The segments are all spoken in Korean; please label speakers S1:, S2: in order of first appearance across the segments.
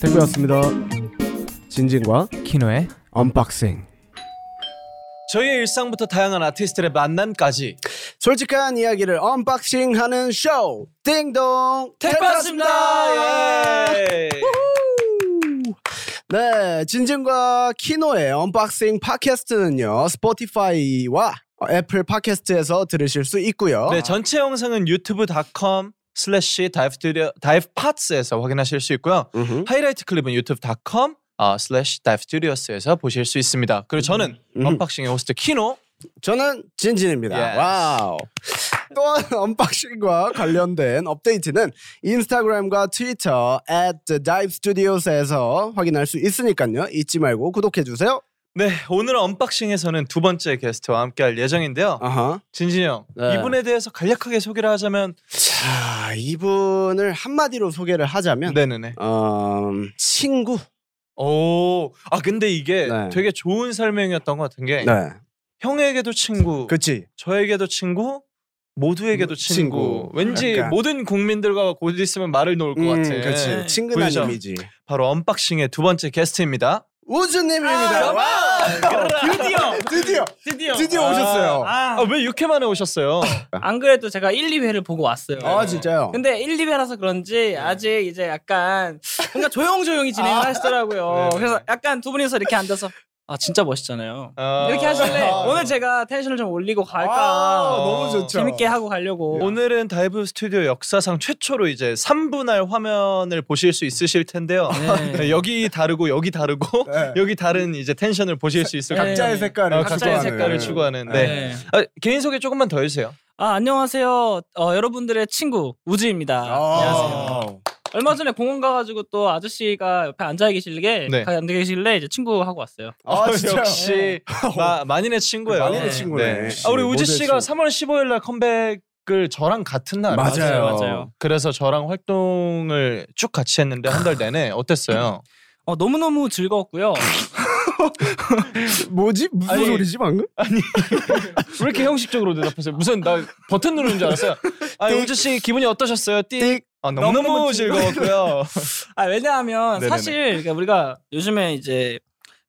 S1: 뽀뽀였습니다. 진진과
S2: 키노의
S1: 언박싱.
S3: 저희의 일상부터 다양한 아티스트들의 만남까지
S1: 솔직한 이야기를 언박싱하는 쇼. 띵동
S3: 택배였습니다. 예.
S1: 네, 진진과 키노의 언박싱 팟캐스트는요. 스포티파이와 애플 팟캐스트에서 들으실 수 있고요.
S3: 네, 전체 영상은 유튜브닷컴 슬래시 다이브스튜디오 다이브팟스에서 확인하실 수 있고요.
S1: 음흠.
S3: 하이라이트 클립은 유튜브닷컴 어, 슬래시 다이브스튜디오스에서 보실 수 있습니다. 그리고 저는
S1: 음.
S3: 언박싱의 호스트 키노
S1: 저는 진진입니다.
S3: Yes.
S1: 와우. 또한 언박싱과 관련된 업데이트는 인스타그램과 트위터 at the dive studios에서 확인할 수 있으니까요. 잊지 말고 구독해 주세요.
S3: 네, 오늘 언박싱에서는 두 번째 게스트와 함께할 예정인데요.
S1: 아하.
S3: 진진이 형,
S1: 네.
S3: 이분에 대해서 간략하게 소개를 하자면
S1: 자, 이분을 한마디로 소개를 하자면
S3: 네네네.
S1: 어, 친구.
S3: 오, 아 근데 이게
S1: 네.
S3: 되게 좋은 설명이었던 것 같은 게
S1: 네.
S3: 형에게도 친구,
S1: 그렇지.
S3: 저에게도 친구, 모두에게도
S1: 음,
S3: 친구.
S1: 친구.
S3: 왠지
S1: 약간.
S3: 모든 국민들과 곧 있으면 말을 놓을 것
S1: 음,
S3: 같아. 네.
S1: 그렇지. 친근한
S3: 보이죠?
S1: 이미지.
S3: 바로 언박싱의 두 번째 게스트입니다.
S1: 우주님입니다. 와!
S4: 아, 드디어
S1: 드디어
S4: 드디어
S1: 드디어
S4: 아,
S1: 오셨어요. 아,
S4: 아,
S3: 아, 왜 6회 만에 오셨어요?
S4: 안 그래도 제가 1, 2회를 보고 왔어요.
S1: 아, 진짜요?
S4: 네.
S1: 네.
S4: 근데 1, 2회라서 그런지 아직 이제 약간 뭔가
S1: 아.
S4: 조용조용히 진행을 하시더라고요.
S3: 네네.
S4: 그래서 약간 두 분이서 이렇게 앉아서 아 진짜 멋있잖아요.
S3: 아,
S4: 이렇게 하실래?
S1: 아,
S4: 오늘 제가 텐션을 좀 올리고
S1: 아, 네.
S4: 갈까?
S1: 너무 좋죠.
S4: 재밌게 하고 가려고.
S3: 오늘은 다이브 스튜디오 역사상 최초로 이제 3분할 화면을 보실 수 있으실 텐데요.
S1: 아,
S4: 네.
S3: 네, 여기 다르고 여기 다르고
S1: 네.
S3: 여기 다른 이제 텐션을 보실 수 있을 것
S4: 네.
S3: 같아요.
S1: 각자의 색깔을
S3: 어, 각자의
S1: 추구하는.
S3: 색깔을 추구하는. 네.
S4: 네.
S3: 아, 개인 소개 조금만 더 해주세요.
S4: 아 안녕하세요. 어, 여러분들의 친구 우지입니다.
S1: 아.
S4: 안녕하세요.
S1: 안녕하세요.
S4: 얼마 전에 공원 가가지고 또 아저씨가 옆에 앉아 계시길래
S3: 네.
S4: 앉아 계실래 이제 친구 하고 왔어요.
S1: 아, 진짜요? 어.
S3: 역시 마, 만인의 친구예요.
S1: 만인의
S4: 네.
S1: 친구네.
S3: 네.
S1: 역시
S3: 아, 우리 우지
S1: 모델
S3: 씨가
S1: 친구.
S3: 3월 15일 날 컴백을 저랑 같은 날
S1: 맞아요.
S3: 알았어요.
S4: 맞아요.
S3: 그래서 저랑 활동을 쭉 같이 했는데 한 달 내내 어땠어요?
S4: 어, 너무너무 즐거웠고요.
S1: 뭐지? 무슨
S3: 아니,
S1: 소리지 방금?
S3: 왜 이렇게 형식적으로 대답하세요? 무슨 나 버튼 누르는 줄 알았어요. 아,
S1: 띡.
S3: 우지 씨 기분이 어떠셨어요? 띡.
S1: 띡.
S3: 아, 너무너무
S4: 너무너무
S3: 즐거웠고요.
S4: 아, 왜냐하면
S3: 네네네.
S4: 사실 그러니까 우리가 요즘에 이제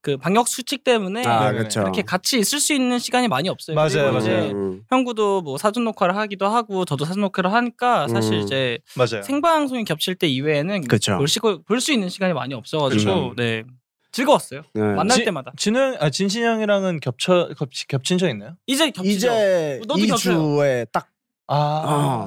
S4: 그 방역 수칙 때문에
S1: 아,
S3: 네네네.
S1: 그렇죠.
S4: 이렇게 같이 있을 수 있는 시간이 많이 없어요.
S3: 네, 맞아요,
S4: 그리고
S3: 맞아요.
S4: 이제
S1: 음,
S4: 형구도 뭐 사전 녹화를 하기도 하고 저도 사전 녹화를 하니까 사실
S1: 음.
S4: 이제
S3: 맞아요.
S4: 생방송이 겹칠 때 이외에는
S1: 그쵸.
S4: 볼수 있는 시간이 많이
S1: 그쵸.
S4: 없어가지고 네 즐거웠어요.
S1: 네.
S4: 만날
S3: 지-
S4: 때마다
S3: 진우 형, 아, 진신 형이랑은 겹쳐 겹, 겹친 적 있나요?
S4: 이제 겹치죠.
S1: 이제
S4: 너도
S1: 2주에 딱,
S3: 아,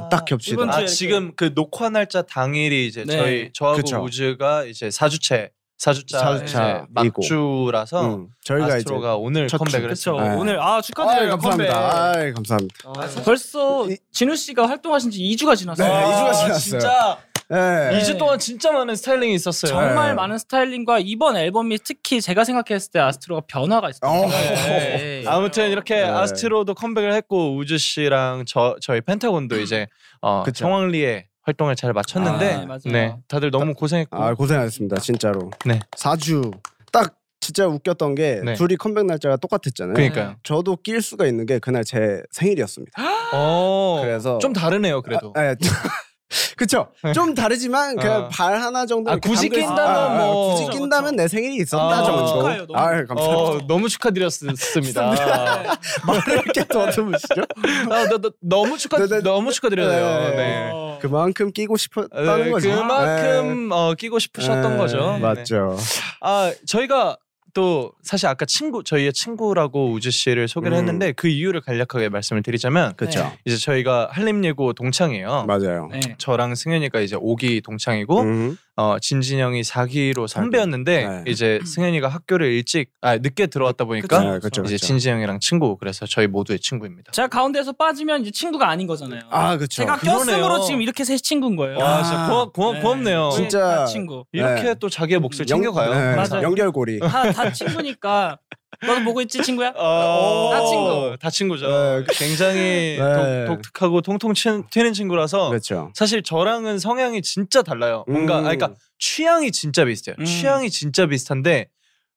S1: 어, 딱 겹치다.
S4: 이번
S3: 아,
S4: 주에
S3: 지금 그 녹화 날짜 당일이 이제
S4: 네.
S3: 저희 저하고
S1: 그쵸.
S3: 우즈가 이제 4주째 4주차 이제
S1: 사주차이고.
S3: 막주라서
S1: 음, 저희가 이제
S3: 아, 아스트로가 오늘
S1: 첫 주.
S3: 컴백을
S4: 그렇죠.
S3: 했죠.
S1: 네.
S4: 오늘 아
S1: 아이,
S3: 예,
S4: 축하드려요.
S1: 감사합니다.
S4: 컴백.
S1: 아이, 감사합니다.
S4: 아, 벌써
S1: 이-
S4: 진우 씨가 활동하신 지 2주가 지났어요. 아,
S1: 네, 이 주가 지났어요.
S3: 아, 진짜
S1: 네.
S4: 네.
S3: 2주 동안 진짜 많은 스타일링이 있었어요.
S1: 네.
S4: 정말 많은 스타일링과 이번 앨범이 특히 제가 생각했을 때 아스트로가 변화가
S1: 어.
S4: 있어요.
S3: 예.
S4: 네.
S3: 아무튼 이렇게
S1: 네.
S3: 아스트로도 컴백을 했고 우즈 씨랑 저 저희 펜타곤도 이제 어,
S1: 그쵸.
S3: 정황리에 활동을 잘 마쳤는데
S4: 아, 맞아요.
S3: 네 다들 너무 고생했고
S1: 아, 고생하셨습니다. 진짜로.
S3: 네.
S1: 4주. 딱 진짜 웃겼던 게
S3: 네.
S1: 둘이 컴백 날짜가 똑같았잖아요.
S3: 그러니까요.
S1: 저도 낄 수가 있는 게 그날 제 생일이었습니다.
S3: 어,
S1: 그래서
S3: 좀 다르네요 그래도.
S1: 아, 예. 그쵸. 좀 다르지만 그냥
S3: 어.
S1: 발 하나 정도
S3: 아,
S1: 이렇게
S3: 굳이
S1: 담글 수-
S3: 낀다면
S1: 아, 아,
S3: 뭐.
S1: 굳이 낀다면 내 생일이 있었다
S3: 아,
S1: 정도.
S4: 축하해요, 너무.
S1: 아유, 감사합니다.
S3: 어, 너무 축하드렸습니다.
S1: 말을 이렇게 더듬으시죠?
S3: 아, 너, 너, 너무 축하
S1: 네, 네.
S3: 너무 축하드려요.
S1: 네.
S3: 네.
S1: 그만큼 끼고 싶었다는
S3: 네,
S1: 거죠.
S3: 그만큼 어, 끼고
S1: 네.
S3: 싶으셨던
S1: 네,
S3: 거죠. 네.
S1: 맞죠.
S3: 아 저희가 또 사실 아까 친구 저희의 친구라고 우주 씨를 소개를
S1: 음.
S3: 했는데 그 이유를 간략하게 말씀을 드리자면
S1: 그렇죠.
S3: 이제 저희가 한림예고 동창이에요.
S1: 맞아요.
S4: 네.
S3: 저랑 승현이가 이제 5기 동창이고
S1: 음.
S3: 어, 진진영이 4기로 선배였는데
S1: 네.
S4: 음.
S3: 이제 승현이가 학교를 일찍 아 늦게 들어왔다 보니까
S4: 그쵸.
S1: 네, 그렇죠.
S3: 그러니까? 이제
S1: 그렇죠.
S3: 진진영이랑 친구 그래서 저희 모두의 친구입니다.
S4: 제가 가운데서 빠지면 이제 친구가 아닌 거잖아요.
S1: 아, 그렇죠.
S4: 제가
S3: 그러네요.
S4: 꼈으므로 지금 이렇게 셋 친구인 거예요.
S3: 와 진짜
S1: 아.
S3: 고맙, 고맙,
S4: 네.
S3: 고맙네요.
S4: 우리
S1: 진짜.
S4: 다 친구.
S3: 이렇게
S1: 네.
S3: 또 자기의 몫을
S1: 영-
S3: 챙겨가요.
S1: 네,
S4: 맞아요.
S1: 연결고리.
S4: 다, 다 친구니까. 너도 보고 있지 친구야?
S3: 어,
S4: 다 친구.
S3: 다 친구죠.
S1: 네.
S3: 굉장히
S1: 네.
S3: 독, 특하고 통통 치- 튀는 친구라서
S1: 그렇죠.
S3: 사실 저랑은 성향이 진짜 달라요. 뭔가
S1: 음.
S3: 아 그러니까 취향이 진짜 비슷해요.
S4: 음.
S3: 취향이 진짜 비슷한데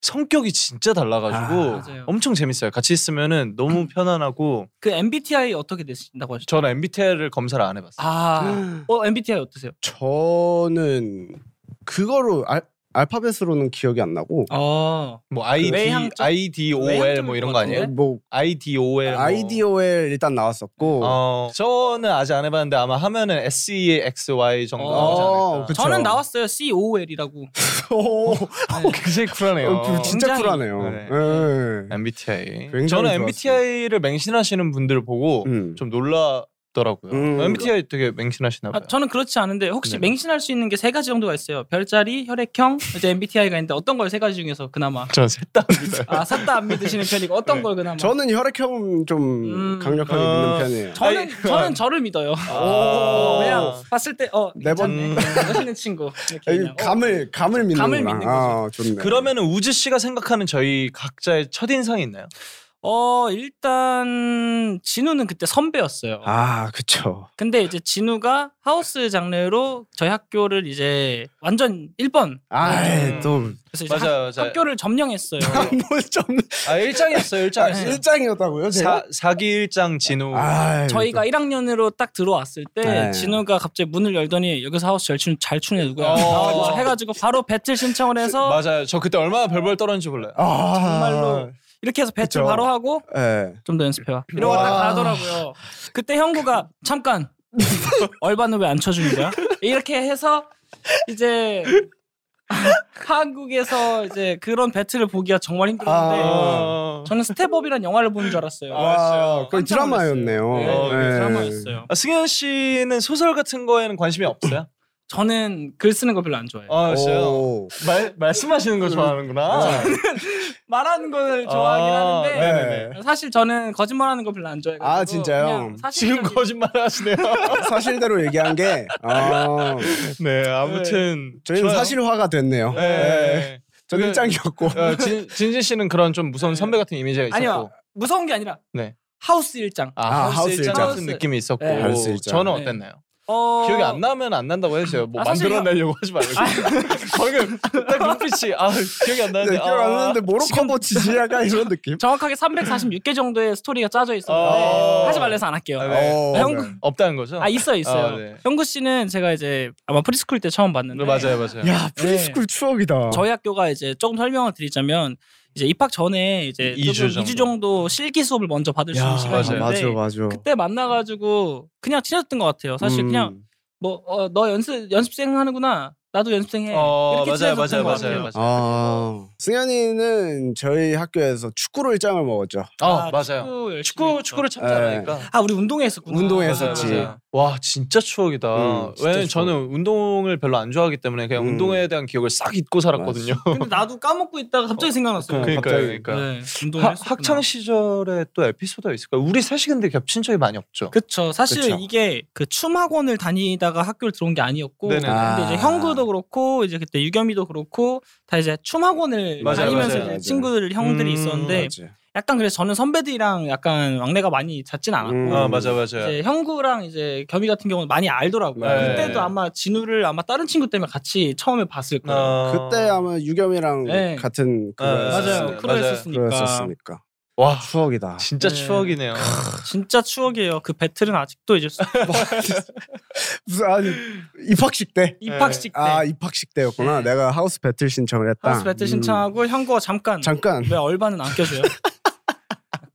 S3: 성격이 진짜 달라가지고
S1: 아,
S4: 맞아요. 음.
S3: 엄청 재밌어요. 같이 있으면은 너무 편안하고
S4: 그 MBTI 어떻게 되신다고 하셨죠?
S3: 저는 MBTI를 검사를 안 해봤어요.
S4: 아, 어 MBTI 어떠세요?
S1: 저는 그거로 알 알파벳으로는 기억이 안 나고
S4: 어.
S3: 뭐 I D
S4: 외향적?
S3: I D O L 뭐 이런 거 아니에요? 네,
S4: 외향적일
S1: 뭐
S3: I D O L
S1: I D O L 일단 나왔었고
S3: 어 저는 아직 안 해봤는데 아마 하면은 S E X Y 정도 나오지
S1: 어,
S3: 않을까.
S1: 그쵸.
S4: 저는 나왔어요. C O L이라고.
S1: 오,
S4: 네.
S3: 굉장히 쿨하네요.
S1: 어, 진짜
S4: 어, 굉장히-
S1: 쿨하네요.
S3: 네.
S1: 예.
S3: MBTI.
S1: 굉장히
S3: 저는
S1: 좋았어요.
S3: MBTI를 맹신하시는 분들
S4: 뭐,
S3: 보고
S1: 음.
S3: 좀 놀라더라고요. 어,
S1: 음.
S3: MBTI 되게 맹신하시나
S4: 아,
S3: 봐요.
S4: 저는 그렇지 않은데 혹시
S3: 네.
S4: 맹신할 수 있는 게 세 가지 정도가 있어요. 별자리, 혈액형, 이제 MBTI가 있는데 어떤 걸 세 가지 중에서 그나마
S3: 저는 셋다 믿어요.
S4: 아 샀다 안 믿으시는 편이고 어떤
S3: 네.
S4: 걸 그나마
S1: 저는 혈액형 좀
S4: 음.
S1: 강력하게
S3: 어.
S1: 믿는 편이에요.
S4: 저는
S3: 아이,
S4: 저는 저를 믿어요.
S3: 오.
S4: 그냥 봤을 때어
S1: 네 번-
S4: 괜찮네. 멋있는 친구 이렇게
S1: 에이,
S4: 그냥, 어,
S1: 감을 감을 믿는구나.
S4: 감을 믿는 거죠.
S1: 아, 좋네.
S3: 그러면은 우즈 씨가 생각하는 저희 각자의 첫 인상이 있나요?
S4: 어 일단 진우는 그때 선배였어요.
S1: 아, 그쵸.
S4: 근데 이제 진우가 하우스 장르로 저희 학교를 이제 완전 1번
S1: 아이, 네,
S3: 음.
S1: 또.
S4: 그래서 이제
S3: 맞아요,
S4: 학,
S3: 맞아요.
S4: 학교를 점령했어요.
S1: 뭐 좀.
S3: 아 일장이었어요,
S1: 아,
S4: 네.
S3: 일장.
S1: 일장이었다고요,
S3: 사
S1: 제가?
S3: 사기 일장 진우.
S1: 아이,
S4: 저희가 1학년으로 딱 들어왔을 때
S1: 네.
S4: 진우가 갑자기 문을 열더니 여기서 하우스 잘 추는 잘 추네 누구야
S3: 어.
S4: 나와줘 해가지고 바로 배틀 신청을 해서
S3: 맞아요. 저 그때 얼마나 벌벌 떨었는지 몰라요.
S1: 또- 아,
S4: 정말로. 이렇게 해서 배틀
S1: 그쵸.
S4: 바로 하고
S1: 예.
S4: 좀 더 연습해와 이러고 딱
S1: 와.
S4: 가더라고요. 그때 형구가 잠깐 얼반을 왜 안 쳐주는 거야? 이렇게 해서 이제 한국에서 이제 그런 배틀을 보기가 정말 힘들었는데
S3: 아.
S4: 저는 스텝업이란 영화를 보는 줄 알았어요.
S3: 아, 맞아요.
S1: 와, 거의
S4: 깜짝 놀랐어요.
S1: 드라마였네요.
S4: 네,
S3: 어,
S4: 그게
S1: 예.
S4: 드라마였어요.
S3: 아, 승현 씨는 소설 같은 거에는 관심이 없어요?
S4: 저는 글 쓰는 거 별로 안 좋아해요.
S3: 아, 진짜요?
S1: 오.
S3: 말 말씀하시는 거 좋아하는구나.
S4: 말하는 걸 좋아하긴
S3: 아,
S4: 하는데
S1: 네.
S4: 사실 저는 거짓말하는 거 별로 안 좋아해요.
S1: 아, 진짜요?
S3: 지금 거짓말 하시네요.
S1: 예. 사실대로 얘기한 게, 아,
S3: 네, 아무튼
S1: 저희는
S3: 좋아요.
S1: 사실화가 됐네요.
S3: 네, 네.
S1: 전
S3: 네.
S1: 일장이었고.
S3: 어, 진 진진 씨는 그런 좀 무서운 선배 같은 이미지가 있었고.
S4: 네. 아니요 무서운 게 아니라
S3: 네.
S4: 하우스 일장.
S1: 아,
S3: 아, 하우스
S1: 하우스
S3: 일장
S4: 일장.
S3: 같은 느낌이 있었고.
S4: 네.
S1: 하우스 일장.
S3: 저는
S4: 네.
S3: 어땠나요?
S4: 어...
S3: 기억이 안 나면 안 난다고 해주세요. 뭐
S4: 아, 사실
S3: 만들어내려고 하지 말고. 방금 딱 눈빛이 아 기억이
S1: 네,
S3: 안 나는데. 아.
S1: 기억 안 나는데 모로코버 뭐 지지야가 이런 느낌?
S4: 정확하게 346개 정도의 스토리가 짜져 있었는데
S3: 아.
S4: 하지 말래서 안 할게요.
S3: 아,
S4: 아,
S3: 네.
S1: 어,
S4: 형구
S3: 없다는 거죠?
S4: 있어요 있어요.
S3: 아, 네.
S4: 형구 씨는 제가 이제 아마 프리스쿨 때 처음 봤는데
S3: 맞아요, 맞아요.
S1: 야, 프리스쿨 추억이다.
S4: 저희 학교가 이제 조금 설명을 드리자면 이제 입학 전에 이제
S3: 이- 이주
S4: 주
S3: 정도.
S4: 정도 실기 수업을 먼저 받을 수 있는
S3: 맞아요.
S4: 시간이었는데
S1: 맞아, 음. 맞아.
S4: 그때 만나가지고 그냥 친해졌던 것 같아요. 사실
S3: 음.
S4: 그냥 뭐 너 연습 연습생 하는구나. 나도 연습생 해.
S3: 어,
S4: 네, 이렇게
S3: 맞아요,
S4: 친해졌던
S3: 맞아요,
S4: 것 같아요.
S3: 맞아요, 맞아요.
S1: 아, 승현이는 저희 학교에서 축구로 일장을 먹었죠.
S3: 아,
S4: 아,
S3: 맞아요. 네.
S4: 열심히
S3: 축구
S4: 했죠.
S3: 축구를 참 잘하니까.
S4: 아 우리 운동했었구나.
S1: 운동회
S3: 맞아요,
S1: 네. 했었지.
S3: 맞아요. 와 진짜 추억이다.
S1: 음, 진짜
S3: 왜냐면
S1: 추억.
S3: 저는 운동을 별로 안 좋아하기 때문에 그냥
S1: 음.
S3: 운동에 대한 기억을 싹 잊고 살았거든요.
S4: 근데 나도 까먹고 있다가 갑자기 생각났어요.
S1: 그-
S3: 그러니까요,
S1: 갑자기.
S3: 그러니까.
S4: 네, 운동을
S3: 하,
S4: 했었구나.
S3: 학창 시절에 또 에피소드가 있을까요? 우리 셋이 근데 겹친 적이 많이 없죠.
S4: 그쵸. 사실
S1: 그쵸.
S4: 이게 그 춤 학원을 다니다가 학교를 들어온 게 아니었고,
S3: 네네.
S4: 근데 이제
S1: 아.
S4: 형구도 그렇고 이제 그때 유겸이도 그렇고 다 이제 춤 학원을
S3: 맞아요,
S4: 다니면서
S3: 맞아요,
S4: 이제
S1: 맞아요.
S4: 친구들 형들이
S3: 음,
S4: 있었는데
S1: 맞아.
S4: 약간 그래서 저는 선배들이랑 약간 왕래가 많이 잦진 않았고.
S1: 음.
S3: 아 맞아 맞아.
S4: 이제 형구랑 이제 겸이 같은 경우는 많이 알더라고요.
S3: 네.
S4: 그때도 아마 진우를 아마 다른 친구 때문에 같이 처음에 봤을 거예요.
S3: 어.
S1: 그때 아마 유겸이랑
S4: 네.
S1: 같은
S3: 맞아요.
S4: 맞아요.
S1: 그거였었으니까.
S4: 크로였었으니까.
S1: 그거였었으니까.
S3: 와
S1: 추억이다.
S3: 진짜
S4: 네.
S3: 추억이네요.
S4: 진짜 추억이에요. 그 배틀은 아직도 이제
S1: 무슨 아니, 입학식 때?
S4: 입학식 때
S1: 아 입학식 때였구나. 내가 하우스 배틀 신청을 했다.
S4: 하우스 배틀
S1: 음.
S4: 신청하고 형구가 잠깐
S1: 잠깐.
S4: 왜 얼반은 안 껴줘요?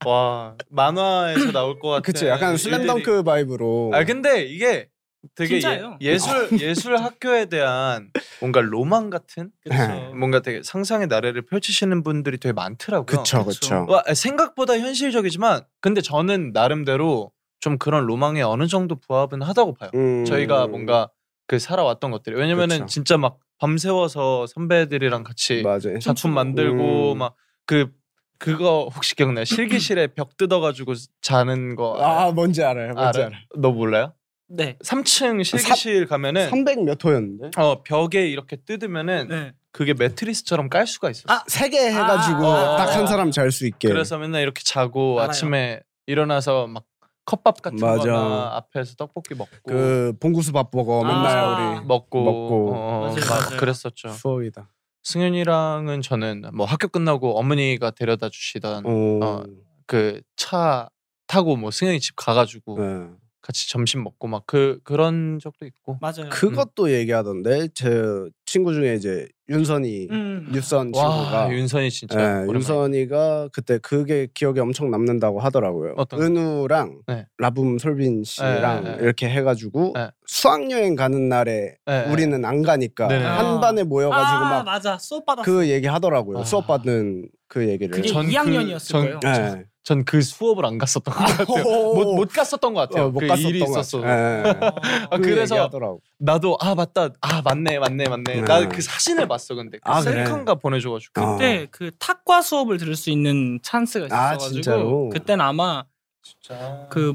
S3: 와 만화에서 나올 것 같아.
S1: 그치 약간 슬램덩크 바이브로.
S3: 아 근데 이게 되게
S4: 진짜예요.
S3: 예, 예술 예술 학교에 대한 뭔가 로망 같은
S4: 네.
S1: 그쵸.
S3: 뭔가 되게 상상의 나래를 펼치시는 분들이 되게 많더라고요.
S1: 그쵸
S4: 그쵸.
S1: 그쵸.
S3: 와, 아, 생각보다 현실적이지만 근데 저는 나름대로 좀 그런 로망에 어느 정도 부합은 하다고 봐요.
S1: 음.
S3: 저희가 뭔가 그 살아왔던 것들이 왜냐면은
S1: 그쵸.
S3: 진짜 막 밤새워서 선배들이랑 같이
S1: 맞아.
S3: 작품 만들고
S1: 음.
S3: 막 그 그거 혹시 기억나요? 실기실에 벽 뜯어가지고 자는 거
S1: 아 뭔지 알아요. 뭔지 알아.
S3: 알아? 너 몰라요?
S4: 네.
S3: 3층 실기실
S1: 네.
S3: 가면은
S1: 300몇 호였는데.
S3: 어 벽에 이렇게 뜯으면은
S4: 네.
S3: 그게 매트리스처럼 깔 수가 있었어.
S4: 아,
S1: 세 개 해가지고
S3: 아, 아,
S1: 딱 한
S3: 아.
S1: 사람 잘 수 있게.
S3: 그래서 맨날 이렇게 자고
S4: 알아요.
S3: 아침에 일어나서 막 컵밥 같은
S1: 맞아.
S3: 거나 앞에서 떡볶이 먹고
S1: 그 봉구수 밥버거 맨날
S4: 아.
S1: 우리
S3: 먹고,
S1: 먹고.
S3: 어,
S4: 맞아요,
S3: 막
S4: 맞아요.
S3: 그랬었죠.
S1: 추억이다.
S3: 승윤이랑은 저는 뭐 학교 끝나고 어머니가 데려다 주시던
S1: 오.
S3: 어, 그 차 타고 뭐 승현이 집 가가지고
S1: 네.
S3: 같이 점심 먹고 막 그 그런 적도 있고
S4: 맞아요.
S1: 그것도 얘기하던데 제 친구 중에 이제 윤선이
S4: 음.
S1: 뉴선 친구가
S3: 와 윤선이 진짜
S1: 예,
S3: 오랜만에.
S1: 윤선이가 그때 그게 기억에 엄청 남는다고 하더라고요.
S3: 어떤 거?
S1: 은우랑
S3: 네.
S1: 라붐 솔빈 씨랑
S3: 네, 네, 네.
S1: 이렇게 해가지고
S3: 네.
S1: 수학 여행 가는 날에
S3: 네, 네.
S1: 우리는 안 가니까
S3: 네, 네.
S1: 한 반에 모여가지고
S4: 아 맞아 수업 받았어.
S1: 막 그 얘기 하더라고요.
S3: 아.
S1: 수업 받는 그 얘기를.
S4: 그게
S3: 전 그-
S4: 2학년이었을 거예요.
S3: 전-
S1: 예.
S3: 전 그 수업을 안 갔었던 것 같아요. 못, 못 갔었던 것 같아요.
S1: 어, 못
S3: 그
S1: 갔었던
S3: 일이
S1: 것 같아요.
S3: 있었어.
S1: 예, 예, 예.
S4: 어.
S3: 아,
S1: 그
S3: 그래서-
S1: 얘기하더라고.
S3: 나도 아 맞다. 아 맞네 맞네 맞네.
S1: 네.
S3: 나 그 사진을 봤어 근데 그
S1: 아, 그래?
S3: 셀카인가 보내줘가지고.
S1: 어.
S4: 그때 그 탁과 수업을 들을 수 있는 찬스가
S1: 아,
S4: 있어가지고
S1: 진짜로?
S4: 그땐 아마
S3: 진짜.
S4: 그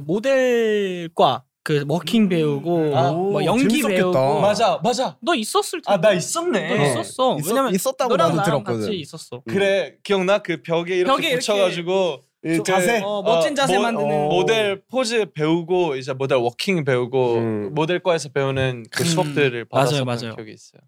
S4: 모델과 그 워킹 배우고
S3: 아,
S4: 뭐
S1: 음. 오,
S4: 연기
S1: 재밌었겠다.
S4: 배우고
S3: 맞아 맞아.
S4: 너 있었을 텐데
S3: 아 나
S4: 너
S3: 있었네.
S1: 네.
S4: 어. 있었어
S1: 있었-
S4: 왜냐면
S1: 있었다고
S4: 너랑
S1: 나도
S4: 나랑
S1: 들었거든. 음.
S4: 같이 있었어
S3: 그래 기억나 그 벽에 이렇게
S4: 벽에 이렇게
S3: 붙여가지고
S1: 이
S3: 그-
S1: 자세.
S4: 어, 멋진 자세
S3: 모-
S4: 만드는.
S3: 모델 포즈 배우고 이제 모델 워킹 배우고
S1: 음.
S3: 모델과에서 배우는 그
S4: 음.
S3: 수업들을
S4: 맞아요,
S3: 받았었던
S4: 맞아요.
S3: 기억이 있어요.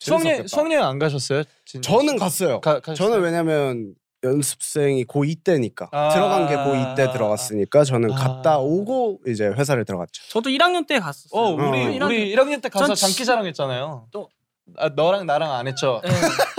S3: 수학여행
S1: 재밌었겠다.
S3: 수학여행 안 가셨어요? 진-
S1: 저는 갔어요.
S3: 가- 가셨어요?
S1: 저는 왜냐면 연습생이 고2 때니까
S3: 아.
S1: 들어간 게 고2 때 들어갔으니까 저는
S3: 아.
S1: 갔다 오고 이제 회사를 들어갔죠.
S4: 저도 1학년 때 갔었어
S1: 어.
S3: 어 우리
S4: 일학년-
S3: 우리 1학년 때 가서
S4: 전 지-
S3: 장기자랑 했잖아요.
S4: 또-
S3: 아, 너랑 나랑 안 했죠.
S4: 네.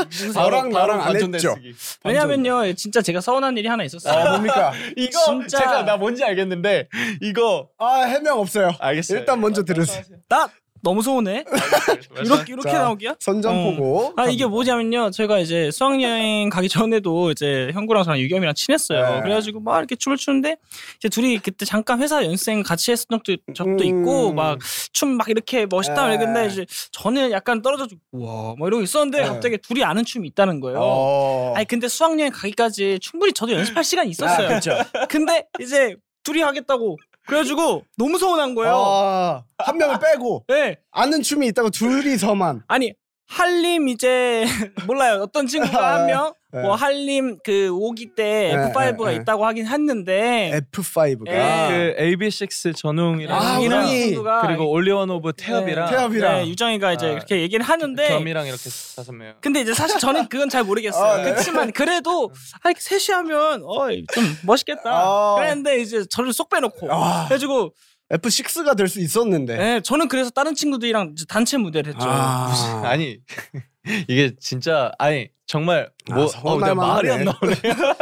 S4: 무슨-
S1: 바로- 너랑 나랑 안
S3: 반전
S1: 했죠.
S3: 내쓰기.
S4: 왜냐면요 진짜 제가 서운한 일이 하나
S1: 아
S4: 있었어요
S1: 뭡니까?
S3: 이거
S4: 진짜-
S3: 제가 나 뭔지 알겠는데 이거
S1: 아 해명 없어요.
S3: 알겠어요. 네.
S1: 일단 먼저 들으세요.
S4: 나 너무 서운해
S3: 아,
S4: 이렇게 이렇게
S1: 자.
S4: 나오기야?
S1: 선전포고. 어.
S4: 아 이게 뭐냐면요 제가 이제 수학여행 가기 전에도 이제 형구랑 저랑 유겸이랑 친했어요
S1: 네.
S4: 그래가지고 막 이렇게 춤을 추는데 이제 둘이 그때 잠깐 회사 연습생 같이 했었던 적도,
S1: 음.
S4: 적도 있고 막 춤 막 이렇게 멋있다
S1: 네.
S4: 근데 이제 저는 약간 떨어져서 우와 뭐 이러고 있었는데
S1: 네.
S4: 갑자기 둘이 아는 춤이 있다는 거예요
S1: 어.
S4: 아니 근데 수학여행 가기까지 충분히 저도 연습할 시간이
S1: 아,
S4: 있었어요
S1: 그렇죠.
S4: 근데 이제 둘이 하겠다고 그래가지고 너무 서운한 거예요
S1: 아, 한 명을 빼고
S4: 네.
S1: 아는 춤이 있다고 둘이서만.
S4: 아니 한림 이제 몰라요 어떤 친구가 한 명 뭐
S1: 네.
S4: 한림 그 오기 때
S1: 네,
S4: F5가
S1: 네, 네.
S4: 있다고 하긴 했는데
S1: F5가
S4: 예.
S3: 그 AB6 전웅이랑 그
S1: 아,
S4: 이랑
S1: 우리.
S4: 친구가
S3: 그리고 올리원 오브 태엽이랑
S1: 태엽. 태엽이랑.
S4: 네, 유정이가 이제
S3: 아,
S4: 이렇게 얘기를 하는데
S3: 겸이랑 이렇게 다섯 명.
S4: 근데 이제 사실 저는 그건 잘 모르겠어요.
S1: 아, 네.
S4: 그렇지만 그래도 아, 이렇게 셋이 하면 어좀 멋있겠다.
S1: 아.
S4: 그랬는데 이제 저를 쏙 빼놓고
S1: 아.
S4: 그래가지고
S1: F6가 될 수 있었는데.
S4: 네, 저는 그래서 다른 친구들이랑 이제 단체 무대를 했죠.
S1: 아,
S3: 아니 이게 진짜 아니 정말
S1: 아,
S3: 뭐 어,
S1: 서운할
S3: 내가 말이
S1: 만하네.
S3: 안 나오네.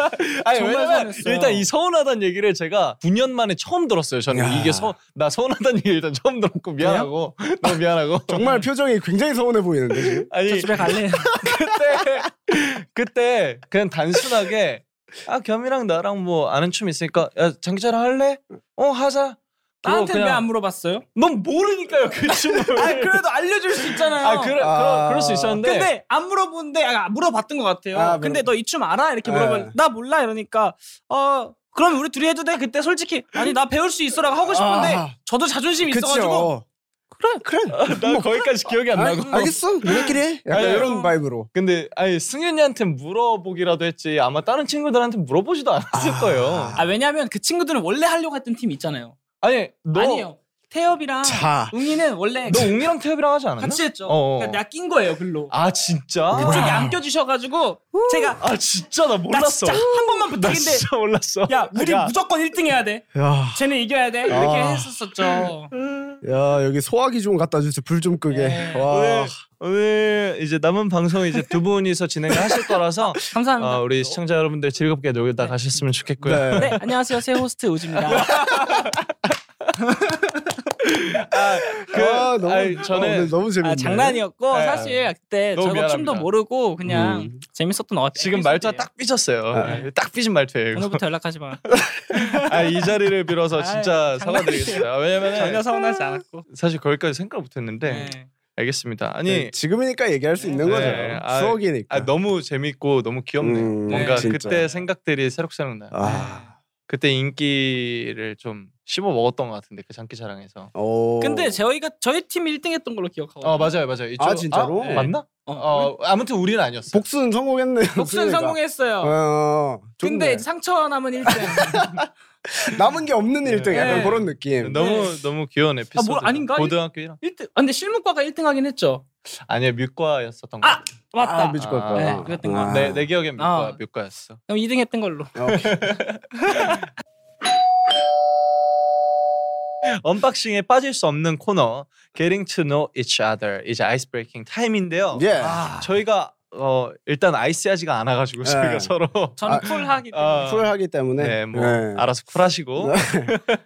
S3: 아니
S4: 정말
S3: 왜냐면
S4: 서운했어요.
S3: 일단 이 서운하다는 얘기를 제가 9년 만에 처음 들었어요. 저는
S1: 야.
S3: 이게 서, 나 서운하다는 얘기 일단 처음 들었고 미안하고 너무 미안하고
S1: 정말 표정이 굉장히 서운해 보이는데 지금.
S3: 아니
S4: 저 집에 갈래.
S3: 그때 그때 그냥 단순하게 아 겸이랑 나랑 뭐 아는 춤 있으니까 야 장기자랑 할래? 어 하자.
S4: 나한테 왜 안 물어봤어요?
S3: 넌 모르니까요 그 춤을.
S4: 아 그래도 알려줄 수 있잖아요.
S3: 아 그래
S1: 아.
S3: 그럴, 그럴 수 있었는데.
S4: 근데 안 물어보는데 아, 물어봤던 것 같아요.
S1: 아,
S4: 근데 너 이 춤 알아?
S3: 예.
S4: 이렇게
S1: 네.
S4: 물어보면 나 몰라 이러니까 어 그럼 우리 둘이 해도 돼? 그때 솔직히 아니 나 배울 수 있어라고 하고 싶은데
S1: 아.
S4: 저도 자존심이 있어가지고
S1: 그쵸.
S4: 그래 그래
S3: 나 거기까지 기억이 안
S1: 아,
S3: 나고.
S1: 알겠어. 우리끼리 해. 약간
S3: 아니,
S1: 이런
S4: 어.
S1: 바이브로.
S3: 근데 아니 승윤이한테 물어보기라도 했지 아마 다른 친구들한테 물어보지도 않았을 거예요.
S4: 아 왜냐면 그 친구들은 원래 하려고 했던 팀 있잖아요.
S3: 아니 너 너
S4: 아니에요. 태엽이랑
S1: 자.
S4: 웅이는 원래
S3: 웅이랑 태엽이랑 하지 않았나?
S4: 같이 했죠.
S3: 어, 어.
S4: 그러니까 내가 낀 거예요 글로.
S3: 아 진짜?
S4: 그쪽에 안 껴주셔가지고 제가
S3: 아 진짜 나
S4: 나
S3: 몰랐어.
S4: 진짜 한 번만
S3: 나
S4: 부탁인데
S3: 진짜 몰랐어.
S4: 야 우리
S3: 야.
S4: 무조건 1등 해야 돼.
S1: 야.
S4: 쟤는 이겨야 돼. 이렇게
S1: 아.
S4: 했었었죠.
S1: 야 여기 소화기 좀 갖다 주세요. 불 좀 끄게.
S4: 네.
S1: 와.
S3: 오늘 오늘 이제 남은 방송 이제 두 분이서 진행을 하실 거라서
S4: 감사합니다.
S3: 어, 우리 시청자 여러분들 즐겁게 놀다 가셨으면 좋겠고요.
S1: 네.
S4: 네, 안녕하세요. 새 호스트 우지입니다.
S3: 그,
S4: 네.
S1: 아, 너무
S3: 아니,
S1: 아,
S3: 저는
S1: 오늘 너무 재밌네.
S4: 아, 장난이었고
S3: 네.
S4: 사실 그때
S3: 너무
S4: 저거
S3: 미안합니다. 음.
S4: 춤도 모르고 그냥 재밌었던 것 같아요.
S3: 지금 말투가 딱 삐졌어요.
S1: 네.
S3: 딱 삐진 말투예요. 이거.
S4: 오늘부터 연락하지 마.
S3: 아, 이 자리를 빌어서
S4: 아이,
S3: 진짜
S4: 장난이에요.
S3: 사과드리겠습니다. 왜냐면
S4: 전혀 서운하지 않았고.
S3: 사실 거기까지 생각을 못했는데
S4: 네.
S3: 알겠습니다. 아니
S1: 네, 지금이니까 얘기할 수 있는
S3: 네.
S1: 거죠.
S3: 아,
S1: 추억이니까.
S3: 아, 너무 재밌고 너무 귀엽네요.
S1: 음,
S3: 뭔가
S4: 네,
S1: 진짜.
S3: 그때 생각들이 새록새록 나요.
S1: 아.
S3: 그때 인기를 좀 씹어 먹었던 것 같은데 그 장기 자랑에서.
S1: 오.
S4: 네. 근데 저희가 저희 팀 1등 했던 걸로 기억하고.
S3: 뭐. 어 맞아요 맞아요. 이쪽-
S1: 아, 진짜로?
S3: 아, 맞나?
S4: 어,
S3: 어 아무튼 우리는 아니었어. 요
S1: 복수는 성공했네요.
S4: 복수는
S1: 그러니까.
S4: 성공했어요.
S1: 어, 좋네.
S4: 근데 이제 상처 남은 1등.
S1: 남은 게 없는 일등 약간
S4: 네.
S1: 그런 느낌.
S3: 너무 너무 귀여운 에피소드.
S4: 뭘 아닌가?
S3: 고등학교 1학.
S4: 1등. 아, 근데 실무과가 1등 하긴 했죠.
S3: 아니야 뮤과였었던 거.
S4: 아! 맞다.
S1: 아, 뮤지컬
S3: 아,
S1: 봐.
S4: 네, 그랬던 것
S1: 아.
S4: 같아요.
S3: 내, 내 기억엔 뮤과
S4: 아.
S3: 뮤과였어.
S4: 그럼 2등 했던 걸로.
S1: 오케이.
S3: 언박싱에 빠질 수 없는 코너 Getting to Know Each Other 이제 아이스 브레이킹 타임인데요.
S1: 예.
S4: 아,
S3: 저희가 어, 일단 아이스하지가 않아가지고
S1: 네.
S3: 저희가 서로
S4: 저는
S1: 아,
S4: 쿨하기 때문에
S3: 아,
S1: 쿨하기 때문에.
S3: 네, 뭐
S1: 네.
S3: 알아서 쿨하시고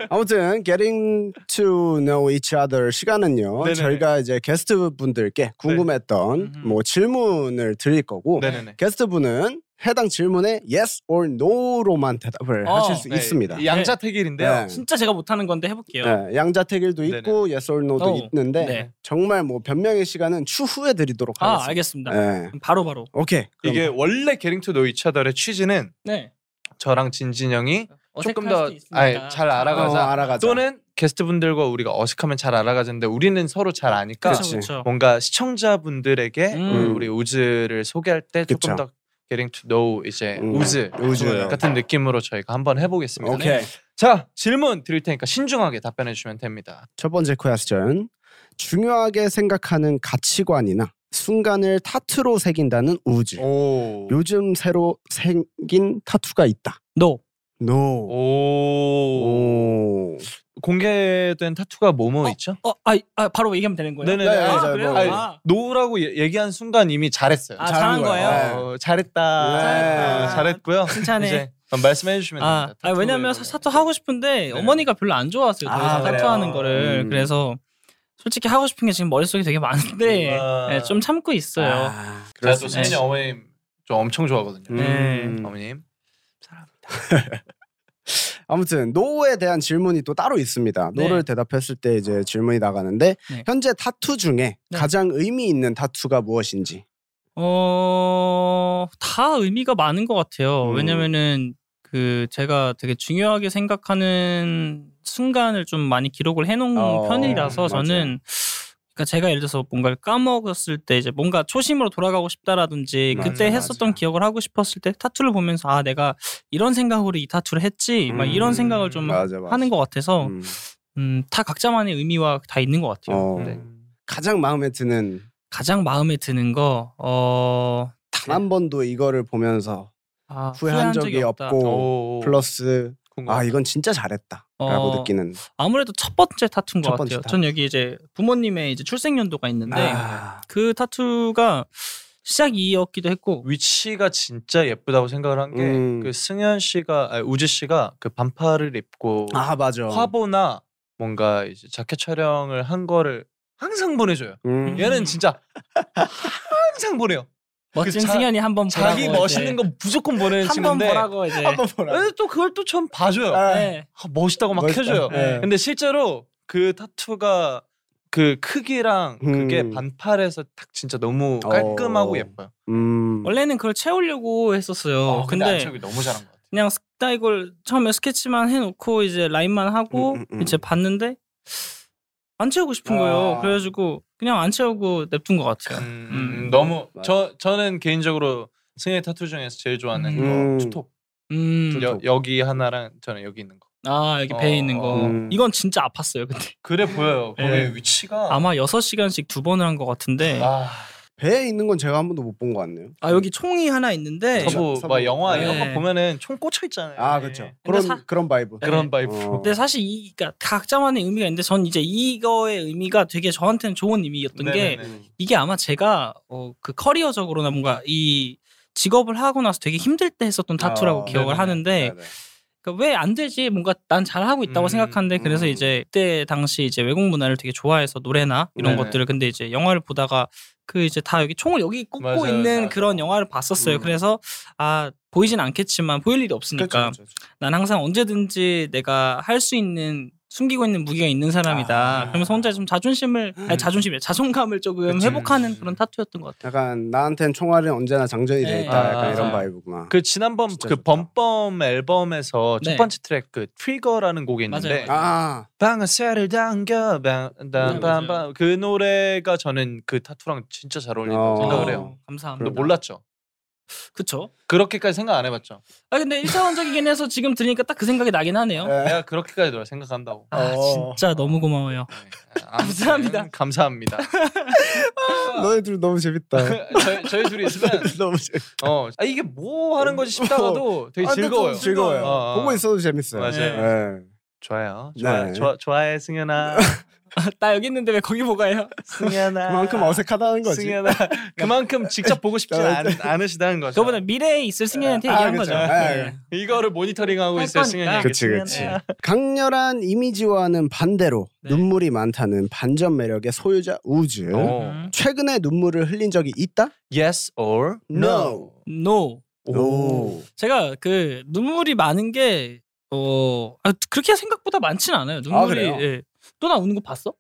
S1: 아무튼 getting to know each other 시간은요.
S3: 네네네.
S1: 저희가 이제 게스트 분들께 궁금했던
S4: 음.
S1: 뭐 질문을 드릴 거고
S3: 네네네.
S1: 게스트 분은 해당 질문에 yes or no로만 대답을
S4: 어,
S1: 하실 수
S3: 네,
S1: 있습니다. 예.
S3: 양자택일인데요.
S4: 진짜 제가 못하는 건데 해볼게요.
S1: 네, 양자택일도 있고 yes or no도
S4: 어,
S1: 있는데
S4: 네.
S1: 정말 뭐 변명의 시간은 추후에 드리도록
S4: 아
S1: 하겠습니다.
S4: 알겠습니다.
S1: 네.
S4: 바로 바로.
S1: 오케이. 그럼
S3: 이게 원래 Getting to Know Each Other의 취지는
S4: 네.
S3: 저랑 진진 형이 조금 더 아예 잘
S1: 어,
S3: 알아가자.
S1: 알아가자.
S3: 또는 게스트분들과 우리가 어색하면 잘 알아가는데 우리는 서로 잘 아니까
S1: 음, 그치.
S4: 그렇죠. 그렇죠.
S3: 뭔가 시청자분들에게
S4: 음.
S3: 우리 우즈를 소개할 때
S1: 그쵸.
S3: 조금 더 getting to know 이제
S1: 음.
S3: 우즈
S1: 우즈.
S3: 같은 느낌으로 저희가 한번 해보겠습니다.
S1: 오케이.
S3: 자 질문 드릴 테니까 신중하게 답변해 주시면 됩니다.
S1: 첫 번째 퀘스천 중요하게 생각하는 가치관이나 순간을 타투로 새긴다는 우즈
S3: 오.
S1: 요즘 새로 생긴 타투가 있다
S4: No.
S1: 노
S3: 오.
S1: 오.
S3: 공개된 타투가 뭐뭐
S4: 어?
S3: 있죠?
S4: 어, 아, 아 바로 얘기하면 되는 거예요?
S3: 네네네.
S1: 네,
S4: 아,
S1: 네,
S4: 그래요?
S1: 네.
S4: 아,
S3: 노라고 얘- 얘기한 순간 이미 잘했어요.
S4: 아, 잘한
S1: 잘한 거예요.
S4: 거예요?
S1: 네.
S3: 어, 잘했다.
S1: 네.
S3: 어, 잘했고요.
S4: 칭찬해.
S3: 이제 그럼 말씀해 주시면
S4: 아,
S3: 됩니다.
S4: 아
S3: 타투
S4: 왜냐면
S3: 이런
S4: 사-
S3: 거.
S4: 타투 하고 싶은데
S3: 네.
S4: 어머니가 별로 안 좋아하세요.
S1: 아,
S4: 그래서
S3: 그래요?
S4: 타투하는 거를
S1: 음.
S4: 그래서 솔직히 하고 싶은 게 지금 머릿속에 되게 많은데
S3: 아.
S4: 네, 좀 참고 있어요.
S1: 아,
S3: 제가 또
S1: 그렇습니다.
S3: 승민이 어머님 좀 엄청 좋아하거든요.
S4: 네.
S1: 음.
S3: 어머님.
S1: 아무튼 노에 대한 질문이 또 따로 있습니다.
S4: 네.
S1: 노를 대답했을 때 이제 질문이 나가는데
S4: 네.
S1: 현재 타투 중에
S4: 네.
S1: 가장 의미 있는 타투가 무엇인지.
S4: 어, 다 의미가 많은 것 같아요.
S1: 음.
S4: 왜냐면은 그 제가 되게 중요하게 생각하는 순간을 좀 많이 기록을 해놓은
S1: 어, 맞아요.
S4: 편이라서 저는 그러니까 제가 예를 들어서 뭔가를 까먹었을 때 이제 뭔가 초심으로 돌아가고 싶다라든지
S1: 맞아,
S4: 그때
S1: 맞아.
S4: 했었던 기억을 하고 싶었을 때 타투를 보면서 아 내가 이런 생각으로 이 타투를 했지 막
S1: 음,
S4: 이런 생각을 좀
S1: 맞아, 맞아.
S4: 하는 것 같아서
S1: 음.
S4: 음, 다 각자만의 의미와 다 있는 것 같아요.
S1: 어.
S3: 네.
S1: 가장 마음에 드는
S4: 가장 마음에 드는 거 어,
S1: 단 한 번도 이거를 보면서
S4: 아,
S1: 후회한 적이
S4: 없다.
S1: 없고
S3: 오.
S1: 플러스
S3: 궁금하다.
S1: 아 이건 진짜 잘했다라고
S4: 어,
S1: 느끼는
S4: 아무래도 첫 번째 타투인 것
S1: 첫 번째
S4: 같아요.
S1: 타투.
S4: 전 여기 이제 부모님의 이제 출생 연도가 있는데
S1: 아,
S4: 그 타투가 시작이었기도 했고
S3: 위치가 진짜 예쁘다고 생각을 한 게 그
S1: 음.
S3: 승현 씨가 아니, 우지 씨가 그 반팔을 입고
S4: 뭐
S1: 아 맞아
S3: 화보나 뭔가 이제 자켓 촬영을 한 거를 항상 보내줘요.
S1: 음.
S3: 얘는 진짜 항상 보내요.
S4: 멋진
S3: 그 자-
S4: 승현이 한번 보라고
S3: 자기 멋있는 거 무조건 보내는
S4: 한번
S3: 친구인데
S4: 보라고 이제
S1: 한번
S4: 예.
S1: 보라
S3: 에, 또 그걸 또 처음 봐줘요.
S1: 아,
S4: 네.
S3: 아, 멋있다고 예. 막
S1: 멋있다.
S3: 해줘요.
S1: 네.
S3: 근데 실제로 그 타투가 그 크기랑 그게
S1: 음.
S3: 반팔에서 딱 진짜 너무 깔끔하고
S1: 어.
S3: 예뻐요.
S1: 음.
S4: 원래는 그걸 채우려고 했었어요.
S3: 어, 근데
S4: 근데,
S3: 안채욱이 너무 잘한 것 같아요.
S4: 그냥 딱 이걸 처음에 스케치만 해놓고 이제 라인만 하고
S1: 음, 음, 음.
S4: 이제 봤는데 안 채우고 싶은
S1: 아.
S4: 거예요. 그래가지고 그냥 안 채우고 냅둔 것 같아요.
S3: 음,
S4: 음.
S3: 너무
S1: 맞아.
S3: 저 저는 개인적으로 승혜 타투 중에서 제일 좋아하는
S1: 음.
S3: 거 투톱
S4: 음,
S1: 투톱.
S3: 여, 여기 하나랑 저는 여기 있는 거
S4: 아 여기 배에 있는 거
S1: 음.
S4: 이건 진짜 아팠어요. 근데
S3: 그래 보여요 거기
S4: 네.
S3: 위치가
S4: 아마 6시간씩 두 번을 한 것 같은데 아,
S3: 아,
S1: 배에 있는 건 제가 한 번도 못 본 것 같네요.
S4: 여기 총이 하나 있는데
S1: 저거-
S3: 아, 저뭐
S1: 서부.
S3: 예. 막 영화 이런
S4: 네.
S3: 거 보면은 총 꽂혀 있잖아요 예.
S1: 아 그렇죠.
S4: 예. 근데
S1: 그런
S4: 사- 예.
S1: 그런 바이브.
S3: 그런 바이브
S1: 어.
S4: 근데 사실 이 그러니까 각자만의 의미가 있는데 전 이제 이거의 의미가 되게 저한테는 좋은 의미였던 게
S3: 네네네.
S4: 이게 아마 제가 어, 그 커리어적으로나 뭔가 이 직업을 하고 나서 되게 힘들 때 했었던 타투라고
S1: 아,
S4: 기억을
S3: 네네네.
S4: 하는데
S1: 네네.
S4: 그러니까 왜 안 되지 뭔가 난 잘하고 있다고
S3: 음,
S4: 생각하는데 그래서
S1: 음.
S4: 이제 그때 당시 이제 외국 문화를 되게 좋아해서 노래나 이런
S3: 네네.
S4: 것들을 근데 이제 영화를 보다가 그 이제 다 여기 총을 여기 꽂고
S3: 맞아요,
S4: 있는
S3: 맞아요.
S4: 그런 영화를 봤었어요
S1: 음.
S4: 그래서 아 보이진 않겠지만 보일 일이 없으니까
S1: 그렇죠, 그렇죠.
S4: 난 항상 언제든지 내가 할 수 있는 숨기고 있는 무기가 있는 사람이다.
S1: 아.
S4: 그러면서 혼자 좀 자존심을 아니 자존심이 자존감을 조금
S3: 음. 그치.
S4: 회복하는 그런 타투였던 것 같아요.
S1: 약간 나한텐 총알은 언제나 장전이 돼
S4: 네.
S1: 있다. 약간
S3: 아,
S1: 이런
S3: 맞아요.
S1: 바이브구나.
S3: 그 지난번
S1: 진짜
S3: 그
S1: 좋다.
S3: 범범 앨범에서
S4: 네.
S3: 첫 번째 트랙 그 트리거라는 곡이
S4: 맞아요,
S3: 있는데
S4: 맞아요.
S1: 아
S3: 방아쇠를 당겨
S4: 네, 맞아요.
S3: 방방방그 노래가 저는 그 타투랑 진짜 잘 어울린다고
S1: 어.
S3: 생각을 해요.
S4: 아, 감사합니다.
S3: 근데 몰랐죠.
S4: 그쵸?
S3: 그렇게까지 생각 안 해봤죠.
S4: 아 근데 1차원적이긴 해서 지금 들으니까 딱 그 생각이 나긴
S3: 예.
S4: 하네요.
S1: 네.
S3: 내가 그렇게까지 노래 생각한다고.
S4: 아
S1: 어.
S4: 진짜 너무 고마워요.
S3: 네. 아무튼
S4: 감사합니다.
S3: 감사합니다. 그,
S1: 너희 둘 너무 재밌다.
S3: 저희, 저희 둘이 있으면
S4: 그
S1: 너무 재밌.
S3: 어 아, 이게 뭐 하는 거지 싶다가도 되게
S1: 아, 근데 좀
S3: 즐거워요.
S1: 즐거워요.
S3: 어, 어.
S1: 보고 있어도 재밌어요.
S3: 맞아요.
S1: 네.
S3: 좋아요.
S1: 네.
S3: 좋아, 좋아 좋아해 승현아.
S4: 나 여기 있는데 왜 거기 보가요?
S3: 승현아.
S1: 그만큼 어색하다는 거지.
S3: 승현아. 그만큼 직접 보고 싶지 않, 않으시다는 거죠.
S4: 그거보다 미래에 있을 승현한테
S1: 아,
S4: 얘기한
S1: 그쵸.
S4: 거죠.
S1: 아,
S4: 네.
S3: 이거를 모니터링하고
S4: 할
S3: 있어요
S4: 거니까.
S3: 승현이.
S1: 그치, 그치.
S3: 승현아.
S1: 강렬한 이미지와는 반대로
S4: 네.
S1: 눈물이 많다는 반전 매력의 소유자 우즈.
S3: 어.
S4: 음.
S1: 최근에 눈물을 흘린 적이 있다?
S3: Yes or no.
S4: No.
S1: 오.
S4: 제가 그 눈물이 많은 게 어, 아, 그렇게 생각보다 많진 않아요.
S1: 아,
S4: 눈물이. 예.
S1: 그래요?
S4: 또 나 우는 거 봤어?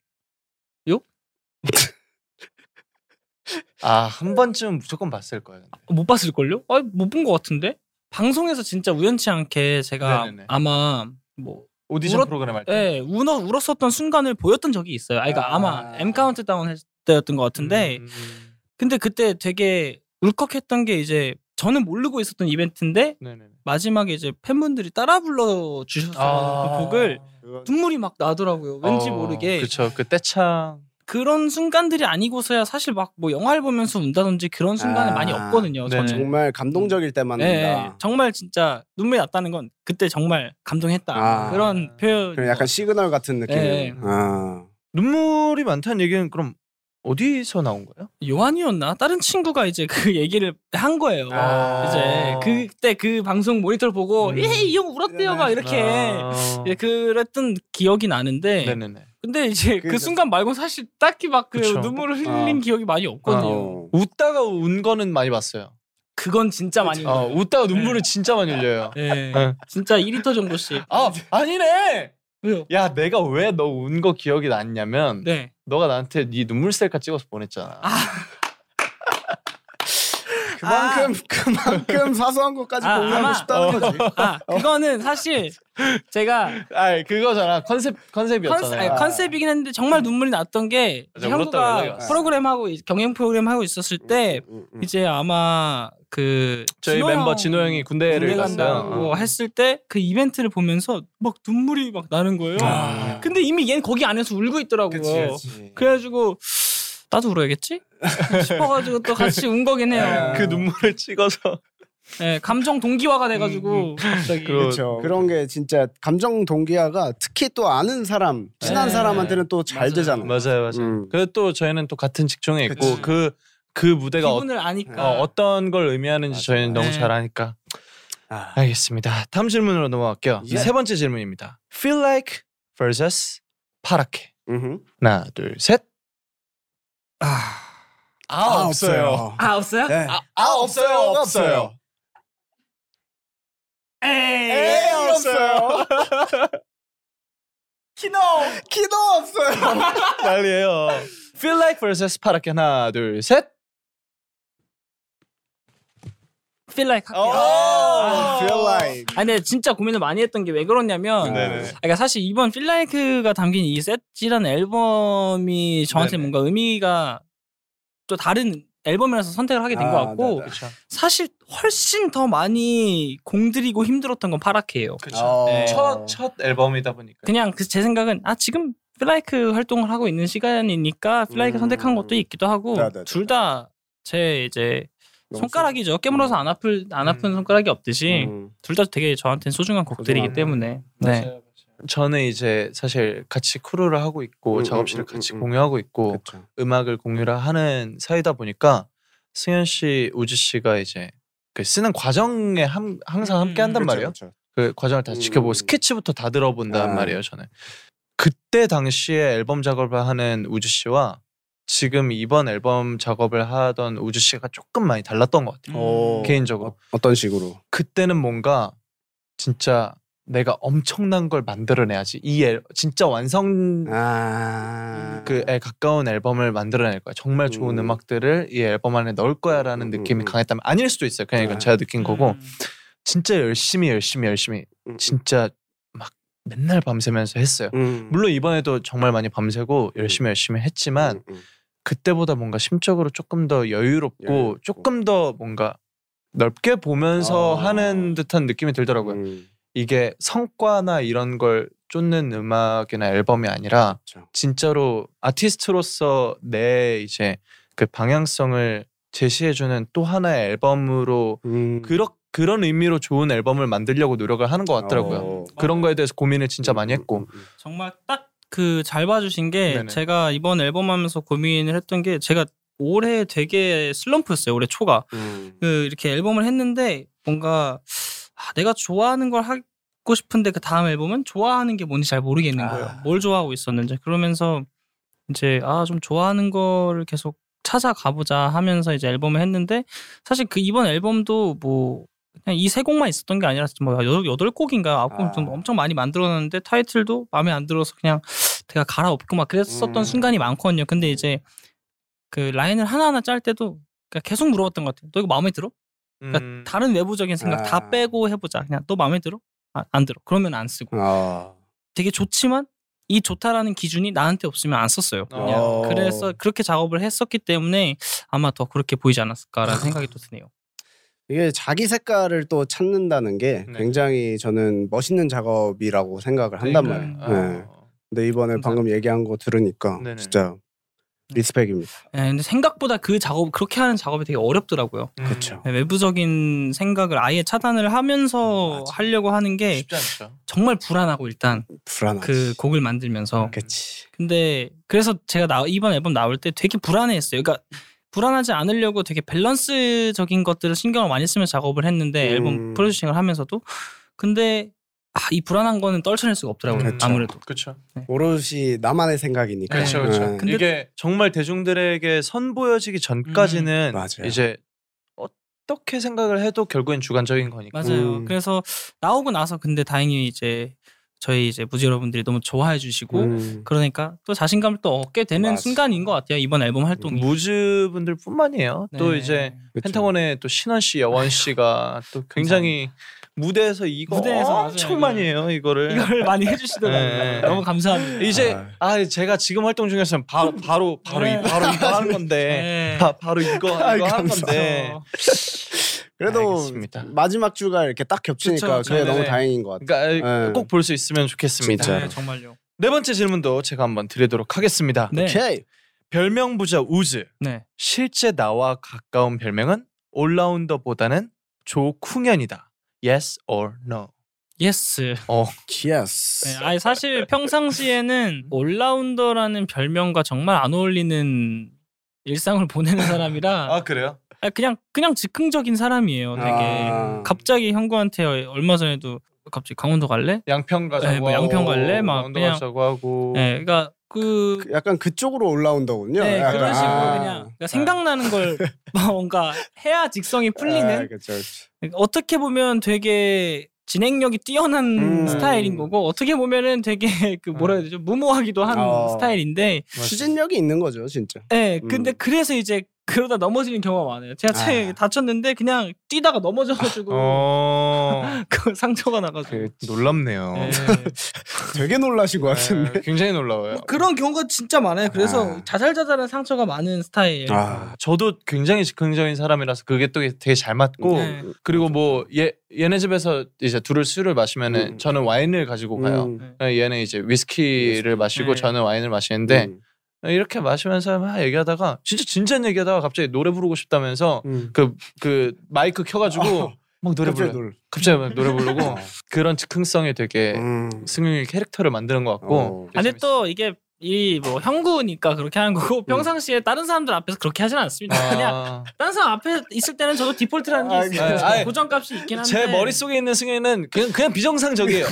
S3: 아 한 번쯤 무조건 봤을 거예요.
S4: 못 봤을 걸요? 아, 못본 거 같은데. 방송에서 진짜 우연치 않게 제가
S3: 네네네.
S4: 아마 뭐
S3: 오디션
S4: 울었-
S3: 프로그램 할 때.
S4: 예, 울어 울었었던 순간을 보였던 적이 있어요. 아, 그러니까
S1: 아.
S4: 아... 마 M 카운트다운 할 때였던 것 같은데
S3: 음, 음,
S4: 근데 그때 되게 울컥했던 게 이제 저는 모르고 있었던 이벤트인데
S3: 네네네.
S4: 마지막에 이제 팬분들이 따라 불러 주셨어요
S1: 아.
S4: 그 곡을 눈물이 막 나더라고요 왠지
S3: 아. 어,
S4: 모르게
S3: 그쵸 그 떼창.
S4: 그런 순간들이 아니고서야 사실 막 뭐 영화를 보면서 운다든지 그런 순간은
S1: 아,
S4: 많이 없거든요
S3: 네.
S4: 저는
S1: 정말 감동적일 때만
S4: 예,
S1: 온다.
S4: 정말 진짜 눈물이 났다는 건 그때 정말 감동했다
S1: 아.
S4: 그런 표현
S1: 그럼 약간 시그널 같은 느낌.
S4: 네.
S1: 아.
S3: 눈물이 많다는 얘기는 그럼 어디서 나온 거예요?
S4: 뭐 요한이었나 다른 친구가 이제 그 얘기를 한 거예요
S1: 아.
S4: 이제 그때 그 방송 모니터를 보고
S3: 음.
S4: 예이형 울었대요 막 이렇게
S3: 아.
S4: 예, 그랬던 기억이 나는데
S3: 네네네.
S4: 근데 이제 그
S1: 그죠.
S4: 순간 말고 사실 딱히 막 그
S3: 그쵸.
S4: 눈물을 흘린
S1: 아.
S4: 기억이 많이 없거든요.
S1: 어.
S3: 아, 웃다가 운 거는 많이 봤어요.
S4: 그건 진짜 많이.
S3: 어,
S4: 울어요.
S3: 웃다가 눈물을 진짜 많이 흘려요.
S4: 예,
S3: 네.
S4: 진짜 2리터 정도씩.
S3: 아 아니네.
S4: 왜요?
S3: 야 내가 왜 너 운 거 기억이 났냐면
S4: 네.
S3: 너가 나한테 네 눈물 셀카 찍어서 보냈잖아.
S1: 그만큼 그만큼 사소한 것까지
S4: 아,
S1: 공유하고
S4: 아마-
S1: 싶다는 거지.
S4: 아 그거는 사실 제가
S3: 아 그거잖아 컨셉
S4: 컨셉,
S3: 컨셉이었잖아.
S4: 아니, 컨셉이긴 했는데 정말 눈물이 났던 게
S3: 맞아, 울었다고 연락이
S4: 형구가
S3: 왔어요.
S4: 프로그램하고 이- 경영 프로그램하고 있었을 때
S1: 음, 음.
S4: 이제 아마 그
S3: 저희
S4: 진호
S3: 멤버
S4: 형
S3: 진호 형이 군대를
S4: 군대
S3: 갔어요.
S4: 간다고
S3: 어.
S4: 했을 때 그 이벤트를 보면서 막 눈물이 막 나는 거예요.
S1: 아.
S4: 근데 이미 얘는 거기 안에서 울고 있더라고요. 그 뭐. 그래가지고 나도 울어야겠지 싶어가지고 또 같이 운 거긴 해요.
S3: 그 눈물을 찍어서
S4: 예, 감정 동기화가
S3: 음,
S4: 돼가지고 갑자기
S3: 그러-
S1: 그렇죠. 그런 게 진짜 감정 동기화가 특히 또 아는 사람, 친한
S4: 네.
S1: 사람한테는 또 잘
S4: 맞아요.
S1: 되잖아.
S3: 맞아요 맞아요.
S1: 음.
S3: 그래도 또 저희는 또 같은 직종에 있고
S4: 그치.
S3: 그 그 무대가 어,
S4: 기분을 아니까
S3: 떤걸 의미하는지
S1: 맞아.
S3: 저희는 너무
S4: 네.
S3: 잘 아니까
S1: 아.
S3: 알겠습니다. 다음 질문으로 넘어갈게요.
S1: 예.
S3: 세 번째 질문입니다. Feel like versus 파랗게
S1: 음흠.
S3: 하나 둘 셋. 아,
S4: 아 없어요?
S1: 네.
S3: 아, 아, 없어요 없어요.
S4: 에이.
S1: 에이, 예, 없어요. 키노 키노 없어요.
S3: 난리예요. Feel like versus 파랗게 하나 둘 셋.
S4: feel like 할게요.
S3: 아.
S1: Feel like.
S4: 아 근데 진짜 고민을 많이 했던 게 왜 그러냐면
S3: 네.
S1: 네네.
S4: 아, 그러니까 사실 이번 feel like가 담긴 이 셋이라는 앨범이 저한테
S3: 네네.
S4: 뭔가 의미가 또 다른 앨범이라서 선택을 하게 된 것
S1: 아,
S4: 같고
S1: 네네.
S3: 그렇죠.
S4: 사실 훨씬 더 많이 공들이고 힘들었던 건 파랗게예요.
S3: 그렇죠.
S4: 네.
S3: 첫, 첫 앨범이다 보니까.
S4: 그냥 그 제 생각은 아 지금 플라이크 활동을 하고 있는 시간이니까 플라이크
S1: 음.
S4: 선택한 것도 있기도 하고
S1: 네, 네, 네,
S4: 둘 다 제 이제 손가락이죠 깨물어서 안 아플 안 아픈
S3: 음.
S4: 손가락이 없듯이
S1: 음.
S4: 둘 다 되게 저한테는 소중한 곡들이기
S1: 소중하네.
S4: 때문에 네
S3: 저는 이제 사실 같이 크루를 하고 있고
S1: 음,
S3: 작업실을
S1: 음, 음,
S3: 같이
S1: 음, 음.
S3: 공유하고 있고
S1: 그렇죠.
S3: 음악을 공유를 하는 사이다 보니까 승현 씨, 우지 씨가 이제 그 쓰는 과정에 함, 항상
S4: 음,
S3: 함께 한단
S1: 그렇죠,
S3: 말이에요.
S1: 그렇죠.
S3: 그 과정을 다
S1: 음.
S3: 지켜보고 스케치부터 다 들어본단
S1: 아.
S3: 말이에요. 저는 그때 당시에 앨범 작업을 하는 우주 씨와 지금 이번 앨범 작업을 하던 우주 씨가 조금 많이 달랐던 것 같아요.
S1: 오.
S3: 개인적으로
S1: 어, 어떤 식으로?
S3: 그때는 뭔가 진짜 내가 엄청난 걸 만들어내야지 이 앨, 진짜 완성
S1: 아.
S3: 음. 그에 가까운 앨범을 만들어낼 거야 정말 좋은
S1: 음.
S3: 음. 악들을이 앨범 안에 넣을 거야라는
S1: 음,
S3: 느낌이
S1: 음.
S3: 강했다면 아닐 수도 있어요 그냥 이건
S1: 네.
S3: 제가 느낀 거고
S4: 음.
S3: 진짜 열심히 열심히 열심히
S1: 음,
S3: 진짜 막 맨날 밤새면서 했어요
S1: 음.
S3: 물론 이번에도 정말 많이 밤새고 열심히 열심히 했지만
S1: 음, 음.
S3: 그때보다 뭔가 심적으로 조금 더 여유롭고
S1: 여유롭고.
S3: 조금 더 뭔가 넓게 보면서
S1: 아.
S3: 하는 듯한 느낌이 들더라고요.
S1: 음,
S3: 이게 성과나 이런 걸 쫓는 음악이나 앨범이 아니라
S1: 그렇죠.
S3: 진짜로 아티스트로서 내 이제 그 방향성을 제시해주는 또 하나의 앨범으로
S1: 음.
S3: 그렇 그런 의미로 좋은 앨범을 만들려고 노력을 하는 것 같더라고요.
S1: 어.
S3: 그런 거에 대해서 고민을 진짜 많이
S1: 음,
S3: 했고
S4: 어, 정말 딱 그 잘 봐주신 게
S3: 네네.
S4: 제가 이번 앨범 하면서 고민을 했던 게 제가 올해 되게 슬럼프였어요. 올해 초가
S1: 음.
S4: 그 이렇게 앨범을 했는데 뭔가 아, 내가 좋아하는 걸 하고 싶은데 그 다음 앨범은 좋아하는 게 뭔지 잘 모르겠는 거예요.
S1: 아.
S4: 뭘 좋아하고 있었는지 그러면서 이제 아 좀 좋아하는 거를 계속 찾아가보자 하면서 이제 앨범을 했는데 사실 그 이번 앨범도 뭐 그냥 이 세 곡만 있었던 게 아니라 뭐 여덟, 여덟 곡인가 아홉 곡 좀
S1: 아.
S4: 엄청 많이 만들어놨는데 타이틀도 마음에 안 들어서 그냥 제가 갈아엎고 막 그랬었던
S1: 음.
S4: 순간이 많거든요. 근데 이제 그 라인을 하나하나 짤 때도 그냥 계속 물어봤던 것 같아요. 너 이거 마음에 들어?
S3: 음,
S4: 다른 외부적인 생각
S1: 아.
S4: 다 빼고 해보자. 그냥 너 마음에 들어? 아, 안 들어. 그러면 안
S3: 음.
S4: 쓰고.
S1: 아.
S4: 되게 좋지만 이 좋다라는 기준이 나한테 없으면 안 썼어요. 그냥.
S1: 어.
S4: 그래서 그렇게 작업을 했었기 때문에 아마 더 그렇게 보이지 않았을까라는 생각이 또 드네요.
S1: 이게 자기 색깔을 또 찾는다는 게
S3: 네.
S1: 굉장히 저는 멋있는 작업이라고 생각을 한단 말이에요.
S3: 그러니까,
S1: 네.
S3: 어,
S1: 근데 이번에
S4: 감사합니다.
S1: 방금 얘기한 거 들으니까
S3: 네네.
S1: 진짜 리스펙입니다.
S4: 예, 근데 생각보다 그 작업 그렇게 하는 작업이 되게 어렵더라고요.
S3: 음,
S1: 그렇죠.
S4: 예, 외부적인 생각을 아예 차단을 하면서
S3: 맞아.
S4: 하려고 하는 게
S3: 쉽지 않죠.
S4: 정말 불안하고 일단
S1: 불안하지.
S4: 그 곡을 만들면서
S1: 네. 그치.
S4: 근데 그래서 제가 나, 이번 앨범 나올 때 되게 불안해했어요. 그러니까 불안하지 않으려고 되게 밸런스적인 것들을 신경을 많이 쓰면서 작업을 했는데
S1: 음.
S4: 앨범 프로듀싱을 하면서도 근데 아, 이 불안한 거는 떨쳐낼 수가 없더라고요.
S1: 그렇죠.
S4: 아무래도
S3: 그렇죠.
S1: 오롯이 나만의 생각이니까.
S3: 그렇죠,
S4: 네.
S3: 그렇죠.
S1: 네.
S4: 근데-
S3: 이게 정말 대중들에게 선보여지기 전까지는
S1: 음, 맞아요.
S3: 이제 어떻게 생각을 해도 결국엔 주관적인 거니까.
S4: 맞아요.
S1: 음.
S4: 그래서 나오고 나서 근데 다행히 이제 저희 이제 무지 여러분들이 너무 좋아해 주시고
S1: 음.
S4: 그러니까 또 자신감을 또 얻게 되는
S1: 맞아. 음.
S4: 순간인 것 같아요. 이번 앨범 활동이
S3: 무즈 분들뿐만이에요. 또
S4: 네.
S3: 이제
S1: 그쵸.
S3: 펜타곤의 또 신원 씨, 여원 씨가 또 굉장히 무대에서 이거
S4: 무대에서 맞아요,
S3: 엄청
S4: 이거를.
S3: 많이 해요. 이거를
S4: 이걸 많이 해주시더라고요.
S3: 네.
S4: 너무 감사합니다.
S3: 이제
S1: 아.
S3: 아. 제가 지금 활동 중에서는 바, 바로 바로
S4: 네.
S3: 이 바로 이거 하는 건데
S4: 네.
S3: 바, 바로 이거
S1: 아이,
S3: 이거 하는
S1: 감사합니다.
S3: 건데
S1: 그래도
S3: 알겠습니다.
S1: 마지막 주가 이렇게 딱 겹치니까
S4: 그쵸,
S1: 그게
S3: 네네네.
S1: 너무 다행인 것 같아요.
S3: 그러니까
S1: 네.
S3: 꼭 볼 수 있으면 좋겠습니다.
S1: 진짜.
S4: 네, 정말요.
S3: 네 번째 질문도 제가 한번 드리도록 하겠습니다.
S4: 네.
S1: 오케이.
S3: 별명 부자 우즈
S4: 네.
S3: 실제 나와 가까운 별명은 올라운더보다는 조쿵현이다. Yes or no?
S4: 예스.
S1: 키스.
S4: 네, 아니 사실 평상시에는 올라운더라는 별명과 정말 안 어울리는 일상을 보내는 사람이라
S3: 그래요?
S4: 아, 그냥 그냥 즉흥적인 사람이에요. 되게
S1: 아.
S4: 갑자기 형구한테 얼마 전에도 갑자기 강원도 갈래?
S3: 양평 가자고
S4: 네, 뭐
S3: 하고,
S4: 양평 갈래? 막
S3: 강원도
S4: 그냥-
S3: 가자고 하고
S4: 네, 그러니까 그
S1: 그 약간 그쪽으로 올라온다군요.
S4: 네,
S1: 약간.
S4: 그런 식으로
S1: 아.
S4: 그냥 그러니까 생각나는 걸 뭔가 해야 직성이
S1: 아,
S4: 풀리는
S1: 그쵸, 그쵸.
S4: 그러니까 어떻게 보면 되게 진행력이 뛰어난
S1: 음.
S4: 스타일인 거고 어떻게 보면은 되게 그 뭐라 해야 되죠 무모하기도 한
S1: 어.
S4: 스타일인데
S1: 추진력이 있는 거죠, 진짜.
S4: 네,
S1: 음.
S4: 근데 그래서 이제 그러다 넘어지는 경우가 많아요. 제가 차에
S1: 아.
S4: 다쳤는데 그냥 뛰다가 넘어져가지고
S3: 어
S4: 그 상처가 나가지고.
S3: 그, 놀랍네요.
S4: 네.
S1: 되게 놀라신 것 같은데.
S3: 네, 굉장히 놀라워요.
S4: 뭐 그런 경우가 진짜 많아요. 그래서
S1: 아.
S4: 자잘자잘한 상처가 많은 스타일이에요.
S1: 아,
S3: 저도 굉장히 즉흥적인 사람이라서 그게 또 되게 잘 맞고
S4: 네.
S3: 그리고 뭐 얘, 얘네 집에서 이제 둘을 술을 마시면은
S1: 음.
S3: 저는 와인을 가지고 가요. 네,
S1: 음.
S3: 얘는 이제 위스키를 마시고
S4: 네.
S3: 저는 와인을 마시는데 네,
S1: 음.
S3: 이렇게 마시면서 막 얘기하다가 진짜 진지한 얘기하다가 갑자기 노래 부르고 싶다면서
S1: 음.
S3: 그 그 마이크 켜가지고
S1: 아,
S3: 어. 막 노래
S1: 갑자기
S3: 불러
S1: 놀.
S3: 갑자기 막 노래 부르고 그런 즉흥성이 되게
S1: 음.
S3: 승윤이 캐릭터를 만드는 것 같고
S1: 어.
S3: 되게
S4: 아, 근데
S3: 재밌어요.
S4: 또 이게 이 뭐 형구니까 그렇게 하는 거고 평상시에 다른 사람들 앞에서 그렇게 하진 않습니다. 그냥
S3: 아.
S4: 다른 사람 앞에 있을 때는 저도 디폴트라는 게
S1: 아,
S4: 있어요.
S3: 아, 아.
S4: 고정값이 있긴 한데
S3: 제 머릿속에 있는 승현이는 그냥, 그냥 비정상적이에요.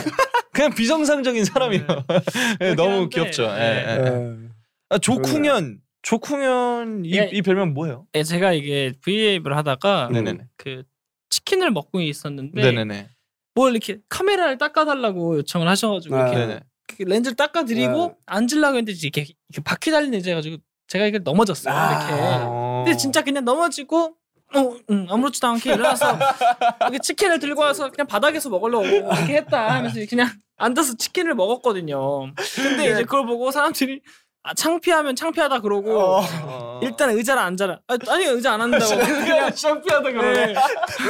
S3: 그냥 비정상적인 사람이에요. 예, 너무
S4: 네. 그렇긴 한데,
S3: 귀엽죠. 예,
S4: 예.
S3: 예, 예.
S1: 음.
S3: 아, 조쿵현. 조쿵현 이,
S4: 예.
S3: 이 별명 뭐예요?
S4: 네, 제가 이게 브이앱을 하다가
S1: 네.
S3: 아, 네네네.
S4: 그 치킨을 먹고 있었는데
S3: 네네네.
S4: 뭘 이렇게 카메라를 닦아달라고 요청을 하셔가지고
S1: 아.
S4: 이렇게
S3: 네네.
S4: 그 렌즈를 닦아드리고
S1: 네.
S4: 앉으려고 했는데 이렇게, 이렇게 바퀴 달린 의자가지고 제가 이걸 넘어졌어요
S1: 아.
S4: 이렇게
S3: 네. 어.
S4: 근데 진짜 그냥 넘어지고 어, 음, 아무렇지도 않게 일어나서 이렇게 치킨을 들고 와서 그냥 바닥에서 먹으려고 이렇게 했다 하면서 그냥 앉아서 치킨을 먹었거든요
S3: 네.
S4: 근데 이제 그걸 보고 사람들이 아, 창피하면 창피하다 그러고
S1: 어.
S3: 어.
S4: 일단 의자를 앉아라 아, 아니 의자 안 앉는다고 그냥
S3: 창피하다 아, 네,
S4: 네. 아,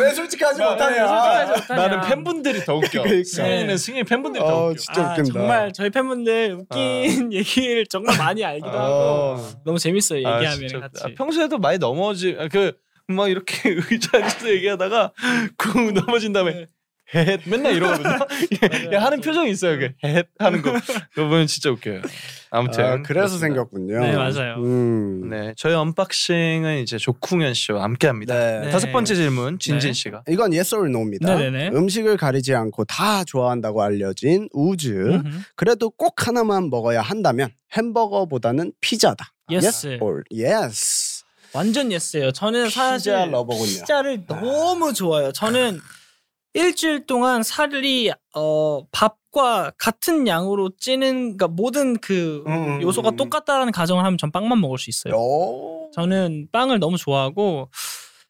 S1: 왜 솔직하지 못하냐?
S3: 그러니까.
S4: 솔직하지 못하냐.
S3: 나는 팬분들이 더 웃겨. 네. 아,
S1: 그러니까.
S4: 네.
S3: 승현이는 승현 팬분들이 더
S1: 어,
S3: 웃겨.
S1: 진짜 웃긴다.
S4: 아, 정말 저희 팬분들
S3: 아.
S4: 웃긴 얘기를 정말 많이 알기도 하고
S1: 어.
S4: 너무 재밌어요
S3: 아,
S4: 얘기하면
S3: 진짜.
S4: 같이.
S3: 아, 평소에도 많이 넘어지 아, 그 막 이렇게 의자 앉아서 얘기하다가 쿵 넘어진 다음에 헷 맨날 이러거든요.
S4: 네. 맞아요.
S3: 예, 하는 표정이 있어요. 그헷 하는 거. 그거 보면 진짜 웃겨요. 아무튼
S1: 아, 그래서
S3: 그렇습니다.
S1: 생겼군요.
S4: 네, 맞아요.
S1: 음.
S3: 네, 저희 언박싱은 이제 조쿵현 씨와 함께합니다.
S1: 네.
S4: 네.
S3: 다섯 번째 질문 진진
S4: 네.
S3: 씨가
S1: 이건 yes or no입니다.
S4: 네네네.
S1: 음식을 가리지 않고 다 좋아한다고 알려진 우즈.
S4: 음흠.
S1: 그래도 꼭 하나만 먹어야 한다면 햄버거보다는 피자다.
S4: Yes.
S1: or yes.
S4: 완전 예스예요. 저는 사실
S1: 피자 러버군요. 아.
S4: 피자를 너무 좋아해요. 저는 일주일 동안 살이 어 밥과 같은 양으로 찌는 그러니까 모든 그
S1: 음,
S4: 요소가
S1: 음, 음.
S4: 똑같다라는 가정을 하면 전 빵만 먹을 수 있어요.
S1: 오.
S4: 저는 빵을 너무 좋아하고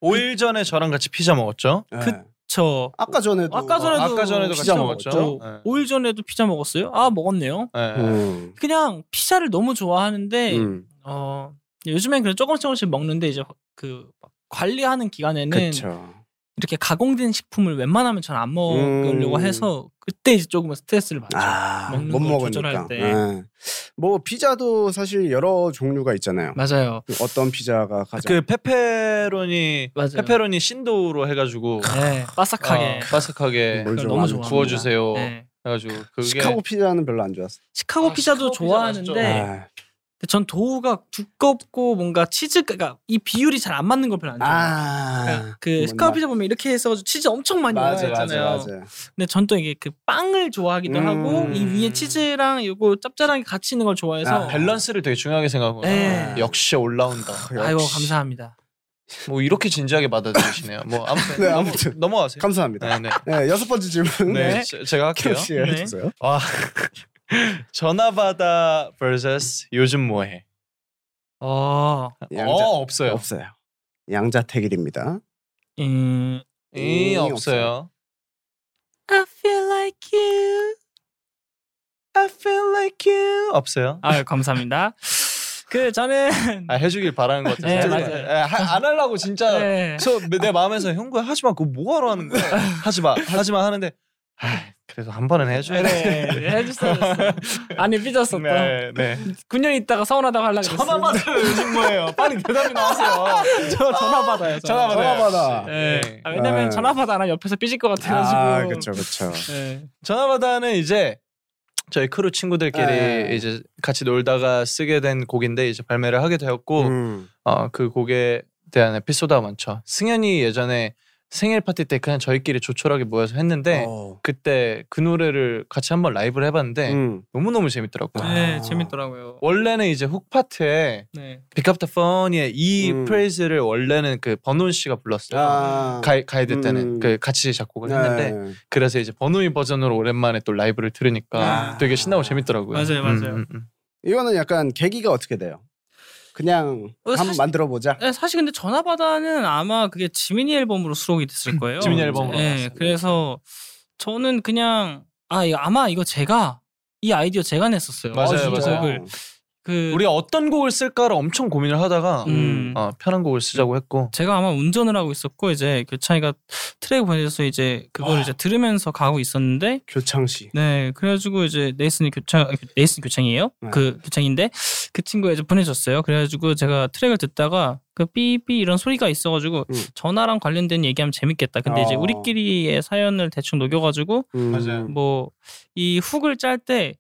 S3: 5일 전에 저랑 같이 피자 먹었죠.
S1: 네.
S4: 그- 저
S1: 아까 전에도
S4: 아까 전에도
S3: 아까 전에도
S1: 피자
S3: 같이
S1: 먹었죠?
S3: 먹었죠.
S4: 저 5일 전에도 피자 먹었어요. 아 먹었네요.
S3: 네. 네.
S1: 음.
S4: 그냥 피자를 너무 좋아하는데
S1: 음.
S4: 어 요즘엔 그래 조금씩 조금씩 먹는데 이제 그막 관리하는 기간에는
S1: 그쵸.
S4: 이렇게 가공된 식품을 웬만하면 전 안 먹으려고
S1: 음.
S4: 해서 그때 이제 조금 스트레스를 받죠.
S1: 아,
S4: 먹는
S1: 못
S4: 걸
S1: 먹으니까.
S4: 조절할 때.
S1: 네. 뭐 피자도 사실 여러 종류가 있잖아요.
S4: 맞아요.
S1: 어떤 피자가 가장
S3: 그 페페로니
S4: 맞아요.
S3: 페페로니 신도로 해가지고
S4: 네, 바삭하게. 네,
S3: 어, 바삭하게
S1: 뭘
S4: 그걸
S1: 좀
S4: 너무
S1: 안-
S4: 좋아합니다.
S3: 구워주세요.
S4: 네.
S3: 해가지고 그게
S1: 시카고 피자는 별로 안 좋았어.
S4: 시카고
S3: 아,
S4: 피자도
S3: 시카고 피자
S4: 좋아하는데
S3: 맛있죠. 네.
S1: 아,
S4: 근데 전 도우가 두껍고 뭔가 치즈 그러니까 이 비율이 잘 안 맞는 걸 별로 안 좋아해요.
S3: 네.
S1: 아,
S4: 그 시카고 피자 보면 이렇게 해서 치즈 엄청 많이
S1: 맞아,
S4: 올라있잖아요.
S1: 맞아, 맞아.
S4: 근데 전 또 이게 그 빵을 좋아하기도
S1: 음.
S4: 하고 이 위에 치즈랑 요거 짭짤하게 같이 있는 걸 좋아해서
S1: 아,
S3: 밸런스를 되게 중요하게 생각하고
S4: 네.
S3: 역시 올라온다.
S4: 아이고 감사합니다.
S3: 뭐 이렇게 진지하게 받아들이시네요. 뭐 아무튼
S1: 네, 아무튼.
S3: 넘어가세요.
S1: 감사합니다.
S3: 네,
S1: 네, 여섯 번째 질문.
S3: 네.
S4: 네.
S3: 네, 어, 제- 제가 할게요.
S1: 키오 씨 해주세요.
S3: 와 전화 받아 vs 요즘 뭐해?
S4: 어,
S1: 양자.
S3: 어 없어요.
S1: 없어요. 양자택일입니다.
S4: 음,
S3: 이
S1: 음,
S3: 없어요.
S4: I feel like you.
S3: I feel like you 없어요.
S4: 아 감사합니다. 그 저는
S3: 아 해주길 바라는 것 같아요.
S4: 네,
S1: 맞아요.
S3: 예, 하- 안 하려고 진짜
S4: 네.
S3: 저 내 마음에서 형구야 하지 마 그거 뭐하러 하는 거야 하지 마 하지 마 하는데 아 그래도 한 번은 해줘야 돼.
S4: 네, 네, 해주세요. 해주세요. 아니 삐졌어 또.
S3: 네, 네.
S4: 9년 있다가 서운하다고 하려고 그랬어.
S3: 전화 받아요 요즘 뭐예요? 빨리 대답이 나오세요.
S4: 저 전화 받아요.
S3: 전화
S4: 받.
S3: 받아요.
S1: 전화 받아.
S4: 네.
S3: 네.
S4: 아, 왜냐면
S1: 네.
S4: 전화 받아 안 하면 옆에서 삐질 것 같아가지고.
S1: 아, 그렇죠, 그렇죠.
S4: 네.
S3: 전화 받아는 이제 저희 크루 친구들끼리
S1: 네.
S3: 이제 같이 놀다가 쓰게 된 곡인데 이제 발매를 하게 되었고
S1: 음.
S3: 어, 그 곡에 대한 에피소드가 많죠. 승현이 예전에 생일 파티 때 그냥 저희끼리 조촐하게 모여서 했는데
S1: 어.
S3: 그때 그 노래를 같이 한번 라이브를 해봤는데
S1: 음.
S3: 너무 너무 재밌더라고요.
S1: 아.
S4: 네, 재밌더라고요.
S3: 원래는 이제 훅 파트에
S4: 네.
S3: 비캅타 펀이의 이
S1: 음.
S3: 프레이즈를 원래는 그 번훈 씨가 불렀어요.
S1: 아.
S3: 가이, 가이드
S1: 음.
S3: 때는 그 같이 작곡을 했는데
S1: 네.
S3: 그래서 이제 번우이 버전으로 오랜만에 또 라이브를 들으니까
S1: 아.
S3: 되게 신나고 재밌더라고요.
S4: 맞아요, 맞아요.
S3: 음.
S1: 이거는 약간 계기가 어떻게 돼요? 그냥
S4: 어,
S1: 한번
S4: 사실-
S1: 만들어 보자.
S4: 네, 사실 근데 전화 받아는 아마 그게 지민이 앨범으로 수록이 됐을 거예요.
S3: 지민이 앨범으로
S4: 네,
S1: 나왔어요.
S4: 그래서 저는 그냥 아 이거 아마 이거 제가 이 아이디어 제가 냈었어요.
S3: 맞아요,
S4: 아, 진짜요?
S3: 맞아요. 네.
S4: 그그
S3: 우리가 어떤 곡을 쓸까를 엄청 고민을 하다가
S4: 음.
S3: 어, 편한 곡을 쓰자고 했고
S4: 제가 아마 운전을 하고 있었고 이제 교창이가 트랙 보내줘서 이제 그걸
S1: 와.
S4: 이제 들으면서 가고 있었는데
S1: 교창 씨.
S4: 네 그래가지고 이제 네이슨이 교창 아, 네이슨 교창이에요
S1: 네.
S4: 그 교창인데 그 친구가 이제 보내줬어요 그래가지고 제가 트랙을 듣다가 그 삐삐 이런 소리가 있어가지고
S1: 음.
S4: 전화랑 관련된 얘기하면 재밌겠다 근데 이제
S1: 어.
S4: 우리끼리의 사연을 대충 녹여가지고
S1: 음.
S3: 맞아요.
S4: 뭐 이 훅을 짤 때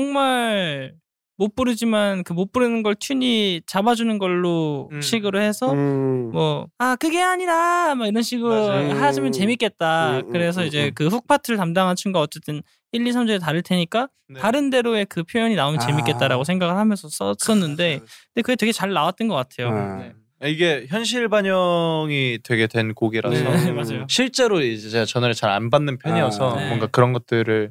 S4: 정말 못 부르지만 그 못 부르는 걸 튠이 잡아주는 걸로
S3: 음.
S4: 식으로 해서
S1: 음.
S4: 뭐 아 그게 아니라 막 이런 식으로
S3: 맞아요.
S1: 음.
S4: 하시면 재밌겠다.
S1: 음, 음,
S4: 그래서
S1: 음,
S4: 이제
S1: 음.
S4: 그 훅 파트를 담당한 친구가 어쨌든 1, 2, 3주에 다를 테니까
S3: 네.
S4: 다른 대로의 그 표현이 나오면
S1: 아.
S4: 재밌겠다라고 생각을 하면서 썼었는데 근데 그게 되게 잘 나왔던 것 같아요.
S1: 아.
S4: 네.
S3: 이게 현실 반영이 되게 된 곡이라서
S4: 네, 맞아요.
S3: 실제로 이제 제가 전화를 잘 안 받는 편이어서
S1: 아.
S4: 네.
S3: 뭔가 그런 것들을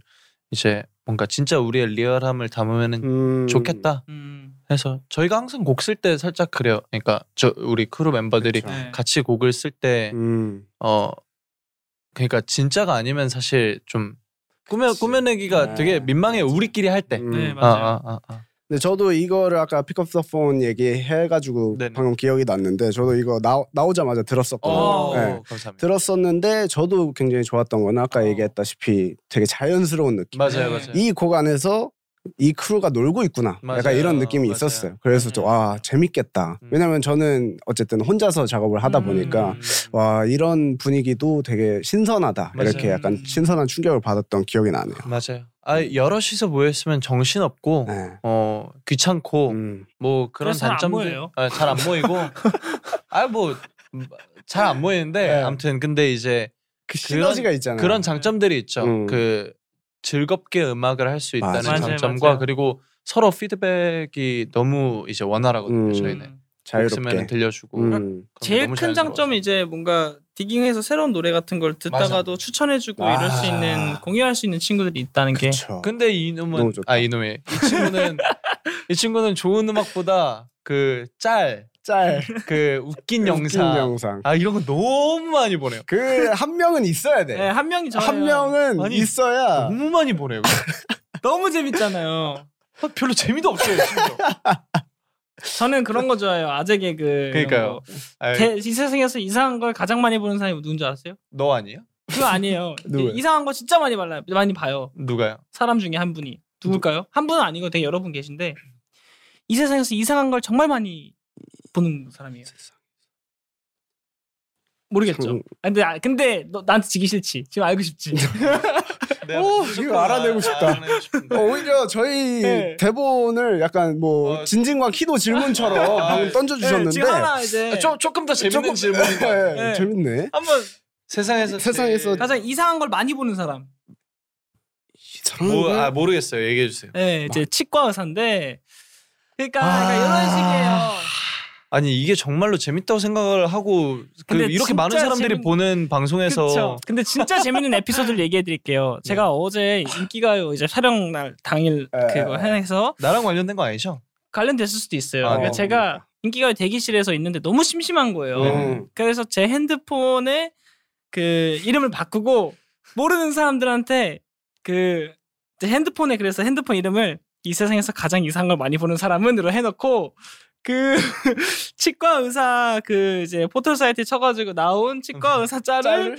S3: 이제 뭔가 진짜 우리의 리얼함을 담으면
S1: 음.
S3: 좋겠다
S4: 음,
S3: 해서 저희가 항상 곡 쓸 때 살짝 그래요. 그러니까 저 우리 크루 멤버들이
S1: 그쵸.
S4: 네.
S3: 같이 곡을 쓸 때 어
S1: 음.
S3: 그러니까 진짜가 아니면 사실 좀 꾸며
S1: 그치.
S3: 꾸며내기가
S1: 네.
S3: 되게 민망해 요
S1: 그치.
S3: 우리끼리 할 때.
S1: 음.
S4: 네,
S3: 아,
S4: 맞아요.
S3: 아, 아, 아.
S1: 근데 저도 이거를 아까 픽업 더폰 얘기해가지고
S3: 네네.
S1: 방금 기억이 났는데 저도 이거 나, 나오자마자
S3: 어,
S1: 들었었거든요. 네.
S3: 감사합니다.
S1: 들었었는데 저도 굉장히 좋았던 건 아까
S4: 어.
S1: 얘기했다시피 되게 자연스러운 느낌.
S3: 맞아요,
S4: 네.
S3: 맞아요.
S1: 이 곡 안에서 이 크루가 놀고 있구나. 약간
S3: 맞아요.
S1: 이런 느낌이
S3: 맞아요.
S1: 있었어요. 그래서 좀, 아, 재밌겠다.
S3: 음.
S1: 왜냐면 저는 어쨌든 혼자서 작업을 하다
S4: 음.
S1: 보니까, 와, 이런 분위기도 되게 신선하다. 이렇게
S3: 맞아요. 음.
S1: 약간 신선한 충격을 받았던 기억이 나네요.
S3: 맞아요. 아 여럿이서 모여 있으면 정신 없고
S1: 네.
S3: 어 귀찮고
S1: 음.
S3: 뭐 그런
S4: 그래서 잘안
S3: 단점들
S4: 모여요.
S3: 잘 안 모이고 아 뭐 잘 안 모이는데
S1: 네.
S3: 아무튼 근데 이제
S1: 그 시너지가 있잖아요.
S3: 그런 장점들이 있죠.
S1: 음.
S3: 그 즐겁게 음악을 할 수 있다는
S1: 맞아요.
S3: 장점과
S4: 맞아요, 맞아요.
S3: 그리고 서로 피드백이 너무 이제 원활하거든요.
S1: 음.
S3: 저희는
S1: 자유롭게.
S3: 있으면 들려주고
S1: 음.
S3: 그런 게
S4: 제일
S3: 너무
S4: 큰 장점이
S3: 자연스러워서.
S4: 이제 뭔가 디깅해서 새로운 노래 같은 걸 듣다가도 추천해주고
S1: 아.
S4: 이럴 수 있는 공유할 수 있는 친구들이 있다는 게
S1: 그쵸.
S3: 근데 이놈은
S1: 너무 좋다.
S3: 아 이놈이 이 친구는 이 친구는 좋은 음악보다 그 짤,
S1: 짤.
S3: 그 웃긴
S1: 웃긴
S3: 영상
S1: 영상.
S3: 아 이런 거 너무 많이 보내요.
S1: 그 한 명은 있어야 돼.
S4: 네, 한 명이 저예요.
S1: 한 명은
S3: 아니,
S1: 있어야.
S3: 너무 많이 보내요.
S4: 너무 재밌잖아요.
S3: 아, 별로 재미도 없어요. 심지어.
S4: 저는 그런 거 좋아해요. 아재 개그. 이런
S3: 그러니까요.
S4: 거.
S3: 아이,
S4: 대- 이 세상에서 이상한 걸 가장 많이 보는 사람이 누군지 아세요?
S3: 너 아니야?
S4: 그거 아니에요.
S1: 누구예요?
S4: 이상한 거 진짜 많이 발라요. 많이 봐요.
S3: 누가요?
S4: 사람 중에 한 분이 누굴까요? 한 분은 아니고 되게 여러 분 계신데 이 세상에서 이상한 걸 정말 많이 보는 사람이에요. 모르겠죠.
S1: 참.
S4: 아, 근데 아, 근데 너 나한테 지기 싫지. 지금 알고 싶지.
S3: 내가
S1: 오,
S3: 무조건
S1: 이거 알아내고
S3: 알-
S1: 싶다.
S3: 알아내고 싶은데.
S1: 어, 오히려 저희
S4: 네.
S1: 대본을 약간 뭐
S3: 어,
S1: 진진과 키도 질문처럼
S3: 아,
S1: 방금
S3: 네.
S4: 네,
S1: 던져주셨는데
S4: 지금 하나 이제
S3: 아, 좀 조금 더 재밌는
S1: 조금-
S3: 질문인 것 같아요.
S1: 네,
S4: 네.
S1: 재밌네.
S4: 한번
S3: 세상에서
S1: 세상에서
S3: 제일-
S4: 가장 이상한 걸 많이 보는 사람.
S1: 이상한
S3: 뭐,
S1: 거?
S3: 아 모르겠어요. 얘기해 주세요.
S4: 네, 이제 치과 의사인데 그러니까,
S1: 아.
S4: 그러니까 이런 식이에요.
S3: 아니 이게 정말로 재밌다고 생각을 하고 그
S4: 근데
S3: 이렇게
S4: 진짜
S3: 많은 사람들이
S4: 재밌-
S3: 보는 방송에서
S4: 그쵸. 근데 진짜 재밌는 에피소드를 얘기해
S1: 네.
S4: 드릴게요. 제가 어제 인기가요 이제 촬영 날 당일
S1: 에,
S4: 그거 해서
S3: 나랑 관련된 거 아니죠?
S4: 관련됐을 수도 있어요.
S3: 아,
S1: 네.
S4: 그러니까 제가 인기가요 대기실에서 있는데 너무 심심한 거예요.
S1: 음.
S4: 그래서 제 핸드폰에 그 이름을 바꾸고 모르는 사람들한테 그 핸드폰에 그래서 핸드폰 이름을 이 세상에서 가장 이상한 걸 많이 보는 사람은으로 해놓고 그 치과 의사 그 이제 포털 사이트에 쳐가지고 나온 치과 의사 짤을
S1: 음. 짤을?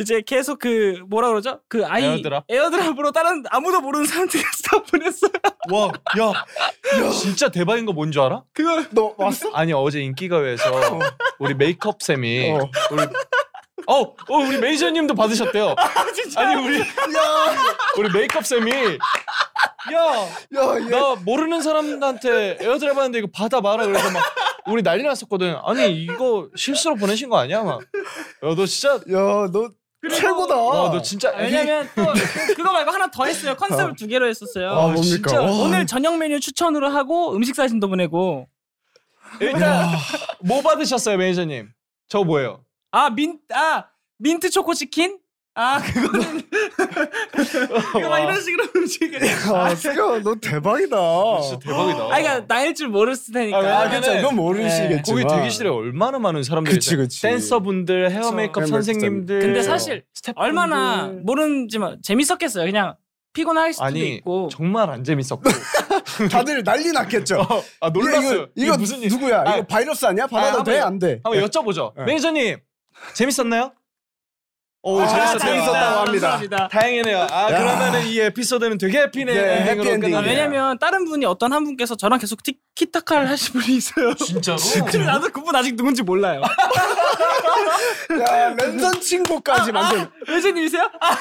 S4: 이제 계속 그 뭐라 그러죠? 그 아이
S3: 에어드랍?
S4: 에어드랍으로 다른 아무도 모르는 사람한테 다 보냈어요.
S3: 와, 야, 진짜 대박인 거 뭔 줄 알아?
S4: 그걸
S1: 너 왔어?
S3: 아니 어제 인기가요에서 우리 메이크업 쌤이
S1: 어.
S3: 네. 우리 어, 어, 우리 매니저님도 받으셨대요. 아니 우리
S1: 야,
S3: 우리 메이크업 쌤이
S4: 어,
S3: 야나
S1: 야, 얘
S3: 모르는 사람한테 에어드랍 하는데 이거 받아 말아 그래서 막 우리 난리 났었거든. 아니 이거 실수로 보내신 거 아니야 막야너 진짜
S1: 야, 너 최고다.
S3: 어, 와너 진짜
S4: 아, 왜냐면 또 그- 그거 말고 하나 더 했어요. 컨셉을 두 개로 했었어요.
S1: 아, 뭡니까?
S4: 진짜
S1: 와.
S4: 오늘 저녁 메뉴 추천으로 하고 음식 사진도 보내고
S3: 일단 뭐 받으셨어요 매니저님? 저 뭐예요?
S4: 아 민 아 민트 초코 치킨 아 그거는 그거 막 이런 식으로
S3: 어.
S4: 음식을
S1: 야, 수경, 아, 너 대박이다.
S3: 진짜 대박이다.
S4: 아 그러니까 나일 줄 모르실 테니까
S3: 아,
S1: 아,
S3: 왜냐면은
S1: 그쵸. 이건 모르시겠지만.
S3: 거기 대기실에 얼마나 많은 사람들이
S1: 그치, 그러니까
S3: 있어요.
S1: 그치.
S3: 댄서분들, 헤어
S4: 그쵸.
S1: 헤어
S3: 메이크업
S1: 메이크업
S3: 선생님들.
S4: 근데 사실
S3: 그 스태프분들.
S4: 얼마나 모르는지만 재밌었겠어요. 그냥 피곤할 수도
S3: 아니,
S4: 있고
S3: 정말 안 재밌었고.
S1: 다들 난리 났겠죠.
S3: 아 놀랐어요.
S1: 이거, 이거
S3: 무슨 일?
S1: 누구야?
S3: 아,
S1: 이거 바이러스 아니야? 받아도
S3: 아,
S1: 돼?
S3: 한번-
S1: 안 돼?
S3: 한번 여쭤보죠.
S1: 네.
S3: 매니저님 재밌었나요? 오
S1: 아,
S3: 재밌었대요.
S1: 재밌었다고
S3: 아,
S1: 합니다.
S4: 감사합니다.
S3: 다행이네요. 아
S1: 야.
S3: 그러면은 이 에피소드는 되게 해피네
S1: 네,
S3: 엔딩으로
S1: 해피엔딩이에요.
S3: 끝나네요.
S4: 아, 왜냐면 다른 분이 어떤 한 분께서 저랑 계속 티키타카를 하신 분이 있어요.
S3: 진짜로?
S4: 근데 나도 그분 아직 누군지 몰라요.
S1: 야, 랜선
S3: 아,
S1: 친구까지 만들.
S4: 외제님이세요? 아,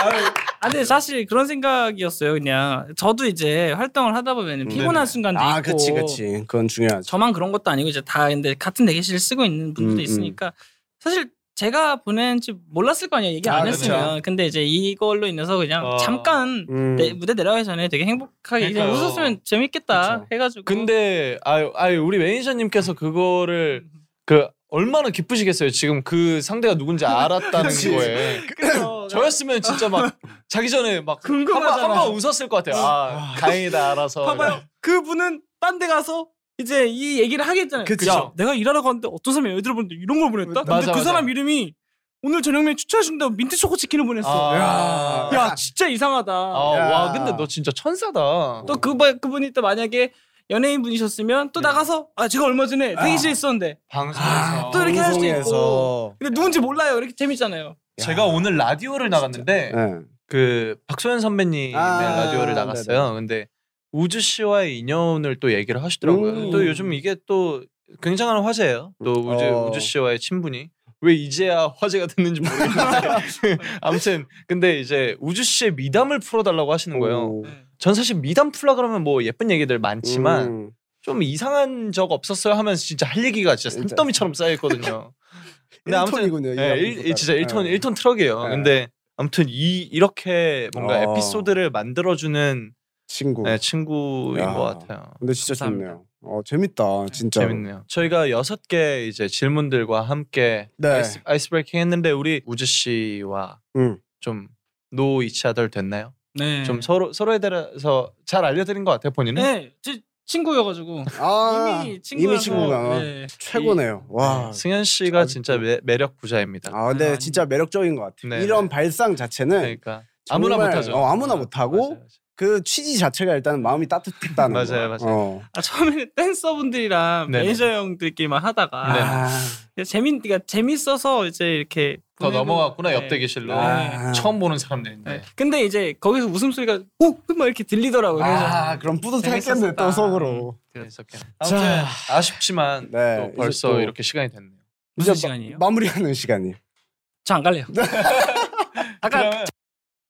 S4: 아, 근데 사실 그런 생각이었어요. 그냥 저도 이제 활동을 하다 보면
S1: 음,
S4: 피곤한 순간도 있고,
S1: 아, 그건 중요하지.
S4: 저만 그런 것도 아니고 이제 다 근데 같은 대기실을 쓰고 있는
S1: 음,
S4: 분들도 있으니까 사실 제가 보낸지 몰랐을 거 아니에요. 얘기
S1: 아,
S4: 안
S1: 그렇죠.
S4: 했으면. 근데 이제 이걸로 인해서 그냥
S3: 어.
S4: 잠깐
S1: 음.
S4: 내- 무대 내려가기 전에 되게 행복하게 그냥
S3: 그러니까요.
S4: 웃었으면 재밌겠다
S1: 그렇죠.
S4: 해가지고.
S3: 근데 아유 아유 우리 매니저님께서 그거를 그 얼마나 기쁘시겠어요. 지금 그 상대가 누군지 알았다는
S1: 그치.
S3: 거에.
S4: 그래서
S3: 저였으면 진짜 막 자기 전에 막
S4: 궁금하잖아.
S3: 한번 한번 네. 웃었을 것 같아요. 아 다행이다 알아서.
S4: 봐봐요. 그분은 딴 데 가서 이제 이 얘기를 하겠잖아요.
S1: 그쵸.
S4: 야, 내가 일하러 갔는데 어떤 사람이 애들 보는데 이런 걸 보냈다? 근데
S3: 맞아,
S4: 그
S3: 맞아.
S4: 사람 이름이 오늘 저녁 메뉴 추천하신다고 민트 초코 치킨을 보냈어.
S3: 아,
S4: 야, 진짜 이상하다.
S3: 아,
S1: 야.
S3: 와 근데 너 진짜 천사다.
S4: 또 그분 그분이 또 만약에 연예인 분이셨으면
S3: 음.
S4: 또 나가서 아 제가 얼마 전에 대기실에 있었는데
S3: 방송에서
S4: 아, 또 이렇게 할 수도
S1: 방송에서.
S4: 있고. 근데 누군지 몰라요. 이렇게 재밌잖아요.
S3: 제가 오늘 라디오를 나갔는데
S1: 네.
S3: 그 박소연 선배님의
S1: 아,
S4: 네,
S3: 라디오를 나갔어요. 근데 우주 씨와의 인연을 또 얘기를 하시더라고요.
S1: 음.
S3: 또 요즘 이게 또 굉장한 화제예요. 또 우주
S1: 어.
S3: 우주 씨와의 친분이 왜 이제야 화제가 됐는지 모르겠는데 아무튼 근데 이제 우주 씨의 미담을 풀어달라고 하시는 거예요.
S1: 오.
S3: 전 사실 미담 풀라 그러면 뭐 예쁜 얘기들 많지만
S1: 음.
S3: 좀 이상한 적 없었어요 하면 진짜 할 얘기가 진짜 산더미처럼 쌓여있거든요. 근데 아무튼
S1: 1톤이군요.
S3: 네, 일, 일- 진짜 1톤
S1: 네.
S3: 일톤 트럭이에요.
S1: 네.
S3: 근데 아무튼 이 이렇게 뭔가
S1: 어.
S3: 에피소드를 만들어주는
S1: 친구.
S3: 네, 친구인
S1: 야.
S3: 것 같아요.
S1: 근데 진짜
S3: 감사합니다.
S1: 좋네요. 어, 재밌다. 진짜.
S3: 재밌네요. 저희가 여섯 개 이제 질문들과 함께
S1: 네.
S3: 아이스, 아이스브레이킹 했는데 우리 우주 씨와
S1: 음.
S3: 좀 노 이치아들 됐나요?
S4: 네.
S3: 좀 서로 서로에 대해서 잘 알려드린 것 같아요 본인은.
S4: 네, 제 친구여가지고
S1: 아,
S4: 이미 친구여서
S1: 친구가.
S4: 네.
S1: 최고네요. 와.
S3: 승현 씨가
S1: 아직도-
S3: 진짜 매, 매력 부자입니다.
S1: 아, 근데
S4: 아,
S1: 진짜 매력적인 것 같아요.
S3: 네.
S1: 이런 발상 자체는
S3: 그러니까
S1: 정말-
S3: 아무나 못하죠.
S1: 어, 아무나 못하고
S3: 맞아요,
S1: 그 취지 자체가 일단 마음이 따뜻했다는 거.
S3: 맞아요, 맞아요.
S1: 어.
S4: 아, 처음에는 댄서분들이랑
S3: 네네.
S4: 매니저 형들끼리만 하다가
S3: 네네.
S1: 아,
S4: 재밌 그러니까 재밌어서 이제 이렇게
S3: 더
S4: 보내고-
S3: 넘어갔구나
S4: 네.
S3: 옆 대기실로.
S1: 아.
S3: 처음 보는 사람들인데.
S4: 네. 근데 이제 거기서 웃음소리가 오막 이렇게 들리더라고요. 그래서
S1: 아, 그럼 뿌듯했겠네
S4: 재밌었었다.
S1: 또 속으로.
S3: 그랬었겠네.
S1: 자.
S3: 그렇죠. 아무튼 아쉽지만
S1: 네,
S3: 또
S1: 이제
S3: 벌써
S1: 또-
S3: 이렇게 시간이 됐네요.
S4: 무슨
S1: 이제 마-
S4: 시간이에요?
S1: 마무리하는 시간이.
S4: 저 안 갈래요.
S1: 네.
S4: 아까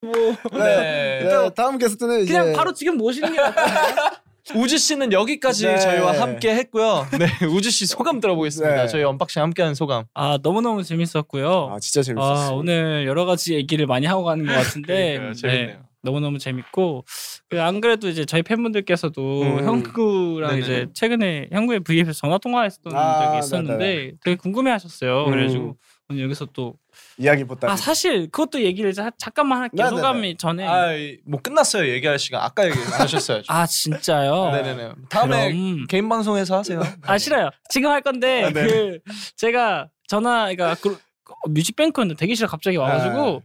S3: 그러면
S4: 뭐
S3: 네.
S1: 네, 다음 게스트는 이제
S4: 그냥 바로 지금 모시는 게 낫다.
S3: 우주 씨는 여기까지
S1: 네.
S3: 저희와 함께 했고요. 네, 우주 씨 소감 들어보겠습니다.
S1: 네.
S3: 저희 언박싱 함께한 소감.
S4: 아 너무 너무 재밌었고요.
S1: 아, 진짜
S4: 아,
S1: 재밌었어.
S4: 오늘 여러 가지 얘기를 많이 하고 가는 것 같은데
S3: 그러니까요, 재밌네요.
S4: 너무 너무 재밌고 그 안 그래도 이제 저희 팬분들께서도
S1: 음.
S4: 형구랑
S3: 네네.
S4: 이제 최근에 형구의 V에서 전화 통화했던
S1: 아,
S4: 적이 있었는데
S1: 네네.
S4: 되게 궁금해하셨어요.
S1: 음.
S4: 그래가지고 오늘 여기서 또 아
S1: 이야기 보따리.
S4: 사실 그것도 얘기를 자- 잠깐만 할게요.
S1: 네네네.
S4: 소감이 전에 아,
S3: 아, 이- 뭐 끝났어요. 얘기할 시간 아까 얘기하셨어요.
S1: 아,
S4: 진짜요?
S3: 네네네. 다음에
S4: 그럼.
S3: 개인 방송에서 하세요.
S1: 네.
S4: 아 싫어요. 지금 할 건데
S3: 아, 네.
S4: 그 제가 전화 그러니까 그, 그 뮤직뱅크였는데 대기실 갑자기
S1: 아.
S4: 와가지고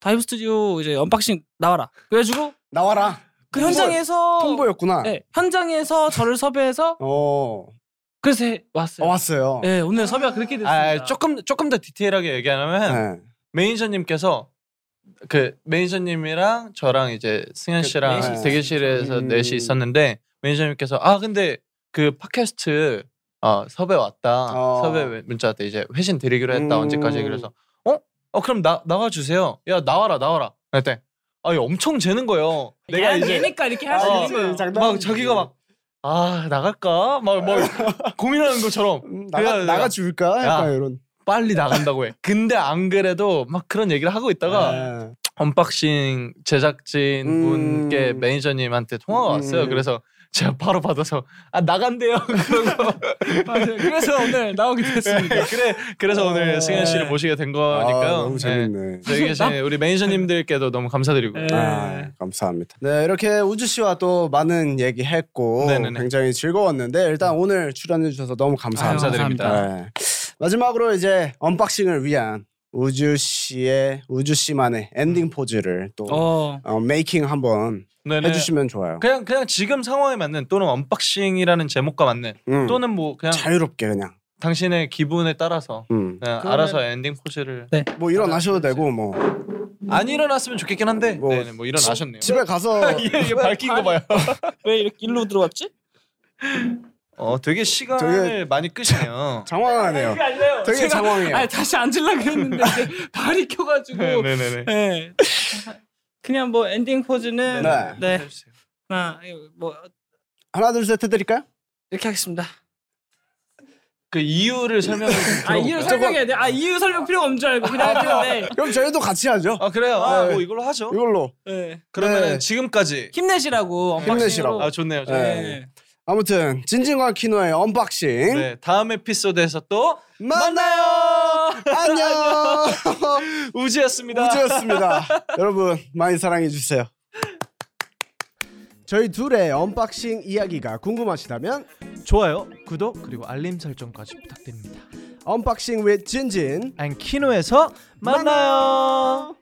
S4: 다이브 스튜디오 이제 언박싱 나와라. 그래가지고
S1: 나와라.
S4: 그
S1: 통보-
S4: 현장에서
S1: 통보였구나.
S4: 네, 현장에서 저를 섭외해서
S1: 어,
S4: 그래서 해-
S1: 어,
S4: 왔어요.
S1: 왔어요.
S4: 네 오늘 섭외가 그렇게 됐습니다.
S3: 아, 조금 조금 더 디테일하게 얘기하면
S1: 네.
S3: 매니저님께서 그 매니저님이랑 저랑 이제 승현
S1: 그
S3: 씨랑
S1: 넷이
S3: 대기실에서
S1: 있었죠.
S3: 넷이
S1: 음.
S3: 있었는데 매니저님께서 아 근데 그 팟캐스트 어, 섭외 왔다
S1: 어.
S3: 섭외 문자 왔다 이제 회신 드리기로 했다
S1: 음.
S3: 언제까지 그래서 어? 어 그럼 나 나와 주세요 야 나와라 나와라 그랬더니 아얘 엄청 재는 거예요
S4: 내가 얘니까 이렇게 할 수
S1: 어.
S3: 아,
S4: 있는 거예요.
S1: 장난.
S3: 막 자기가 막 아 나갈까 막 뭐 고민하는 것처럼
S1: 음,
S3: 그래야
S1: 나가
S3: 내가-
S1: 나가 줄까?
S3: 야.
S1: 약간 이런.
S3: 빨리 나간다고 해 근데 안 그래도 막 그런 얘기를 하고 있다가
S1: 네.
S3: 언박싱 제작진
S1: 음.
S3: 분께 매니저님한테 통화가 왔어요.
S1: 음.
S3: 그래서 제가 바로 받아서 아 나간대요. 그런 거.
S4: 맞아요. 네. 그래서 오늘 나오게 됐습니다.
S3: 그래 그래서
S1: 네. 어.
S3: 오늘 승현 씨를 모시게 된 거니까요.
S1: 아, 너무 재밌네.
S3: 어, 네. 여기 계신 우리 매니저님들께도 너무 예, 감사드리고.
S4: 네.
S1: 아, 감사합니다. 네, 이렇게 우주 씨와 또 많은 얘기했고
S3: 네네네. 음.
S1: 굉장히 즐거웠는데 일단 오늘 출연해 주셔서 너무 감사합니다.
S3: 아유, 감사드립니다.
S1: 네. 마지막으로 이제 언박싱을 위한 우주 씨의 우주 씨만의 엔딩 포즈를 또
S4: 어
S1: 어, 메이킹 한번
S3: 음. 네네.
S1: 해주시면 좋아요.
S3: 그냥 그냥 지금 상황에 맞는 또는 언박싱이라는 제목과 맞는
S1: 음,
S3: 또는 뭐 그냥
S1: 자유롭게 그냥.
S3: 당신의 기분에 따라서
S1: 음.
S3: 그냥 알아서 엔딩 포즈를
S1: 뭐 일어나셔도
S3: 네.
S1: 되고 뭐
S3: 안 일어났으면 좋겠긴 한데
S1: 뭐
S3: 뭐, 네네, 뭐 일어나셨네요. 예.
S1: 집에 가서
S3: 이게 이게 밝힌 거 봐요.
S4: 왜 이렇게 일로 들어왔지?
S3: 어 되게 시간을
S1: 되게-
S3: 많이 끄시네요.
S1: 장황하네요.
S4: 그게 아니라요.
S1: 되게
S4: 제가
S1: 장황해요.
S4: 아니 다시 앉으려고 했는데 이제 발이 켜가지고
S3: 네네네.
S4: 네. 그냥 뭐 엔딩 포즈는
S1: 네.
S4: 네,
S3: 해주세요.
S4: 하나 뭐
S1: 하나 둘 셋 해드릴까요?
S4: 이렇게 하겠습니다.
S3: 그 이유를 설명을 좀
S4: 아
S3: 들어볼까요?
S4: 이유 설명해야 돼. 아 이유 설명 필요가 없는 줄 알고 그냥 했는데
S1: 그럼 저희도 같이 하죠.
S3: 아 그래요. 아,
S1: 네.
S3: 뭐 이걸로 하죠.
S1: 이걸로
S4: 네.
S3: 그러면
S1: 네.
S3: 은 지금까지.
S4: 힘내시라고 언박싱으로.
S1: 힘내시라고.
S3: 아 좋네요. 좋네요.
S1: 네.
S4: 네.
S1: 아무튼 진진과 키노의 언박싱
S3: 네 다음 에피소드에서 또
S1: 만나요. 안녕.
S3: 우지였습니다.
S1: 우주였습니다. 여러분 많이 사랑해 주세요. 저희 둘의 언박싱 이야기가 궁금하시다면
S3: 좋아요, 구독 그리고 알림 설정까지 부탁드립니다.
S1: 언박싱 with 진진
S3: 안키노에서 만나요.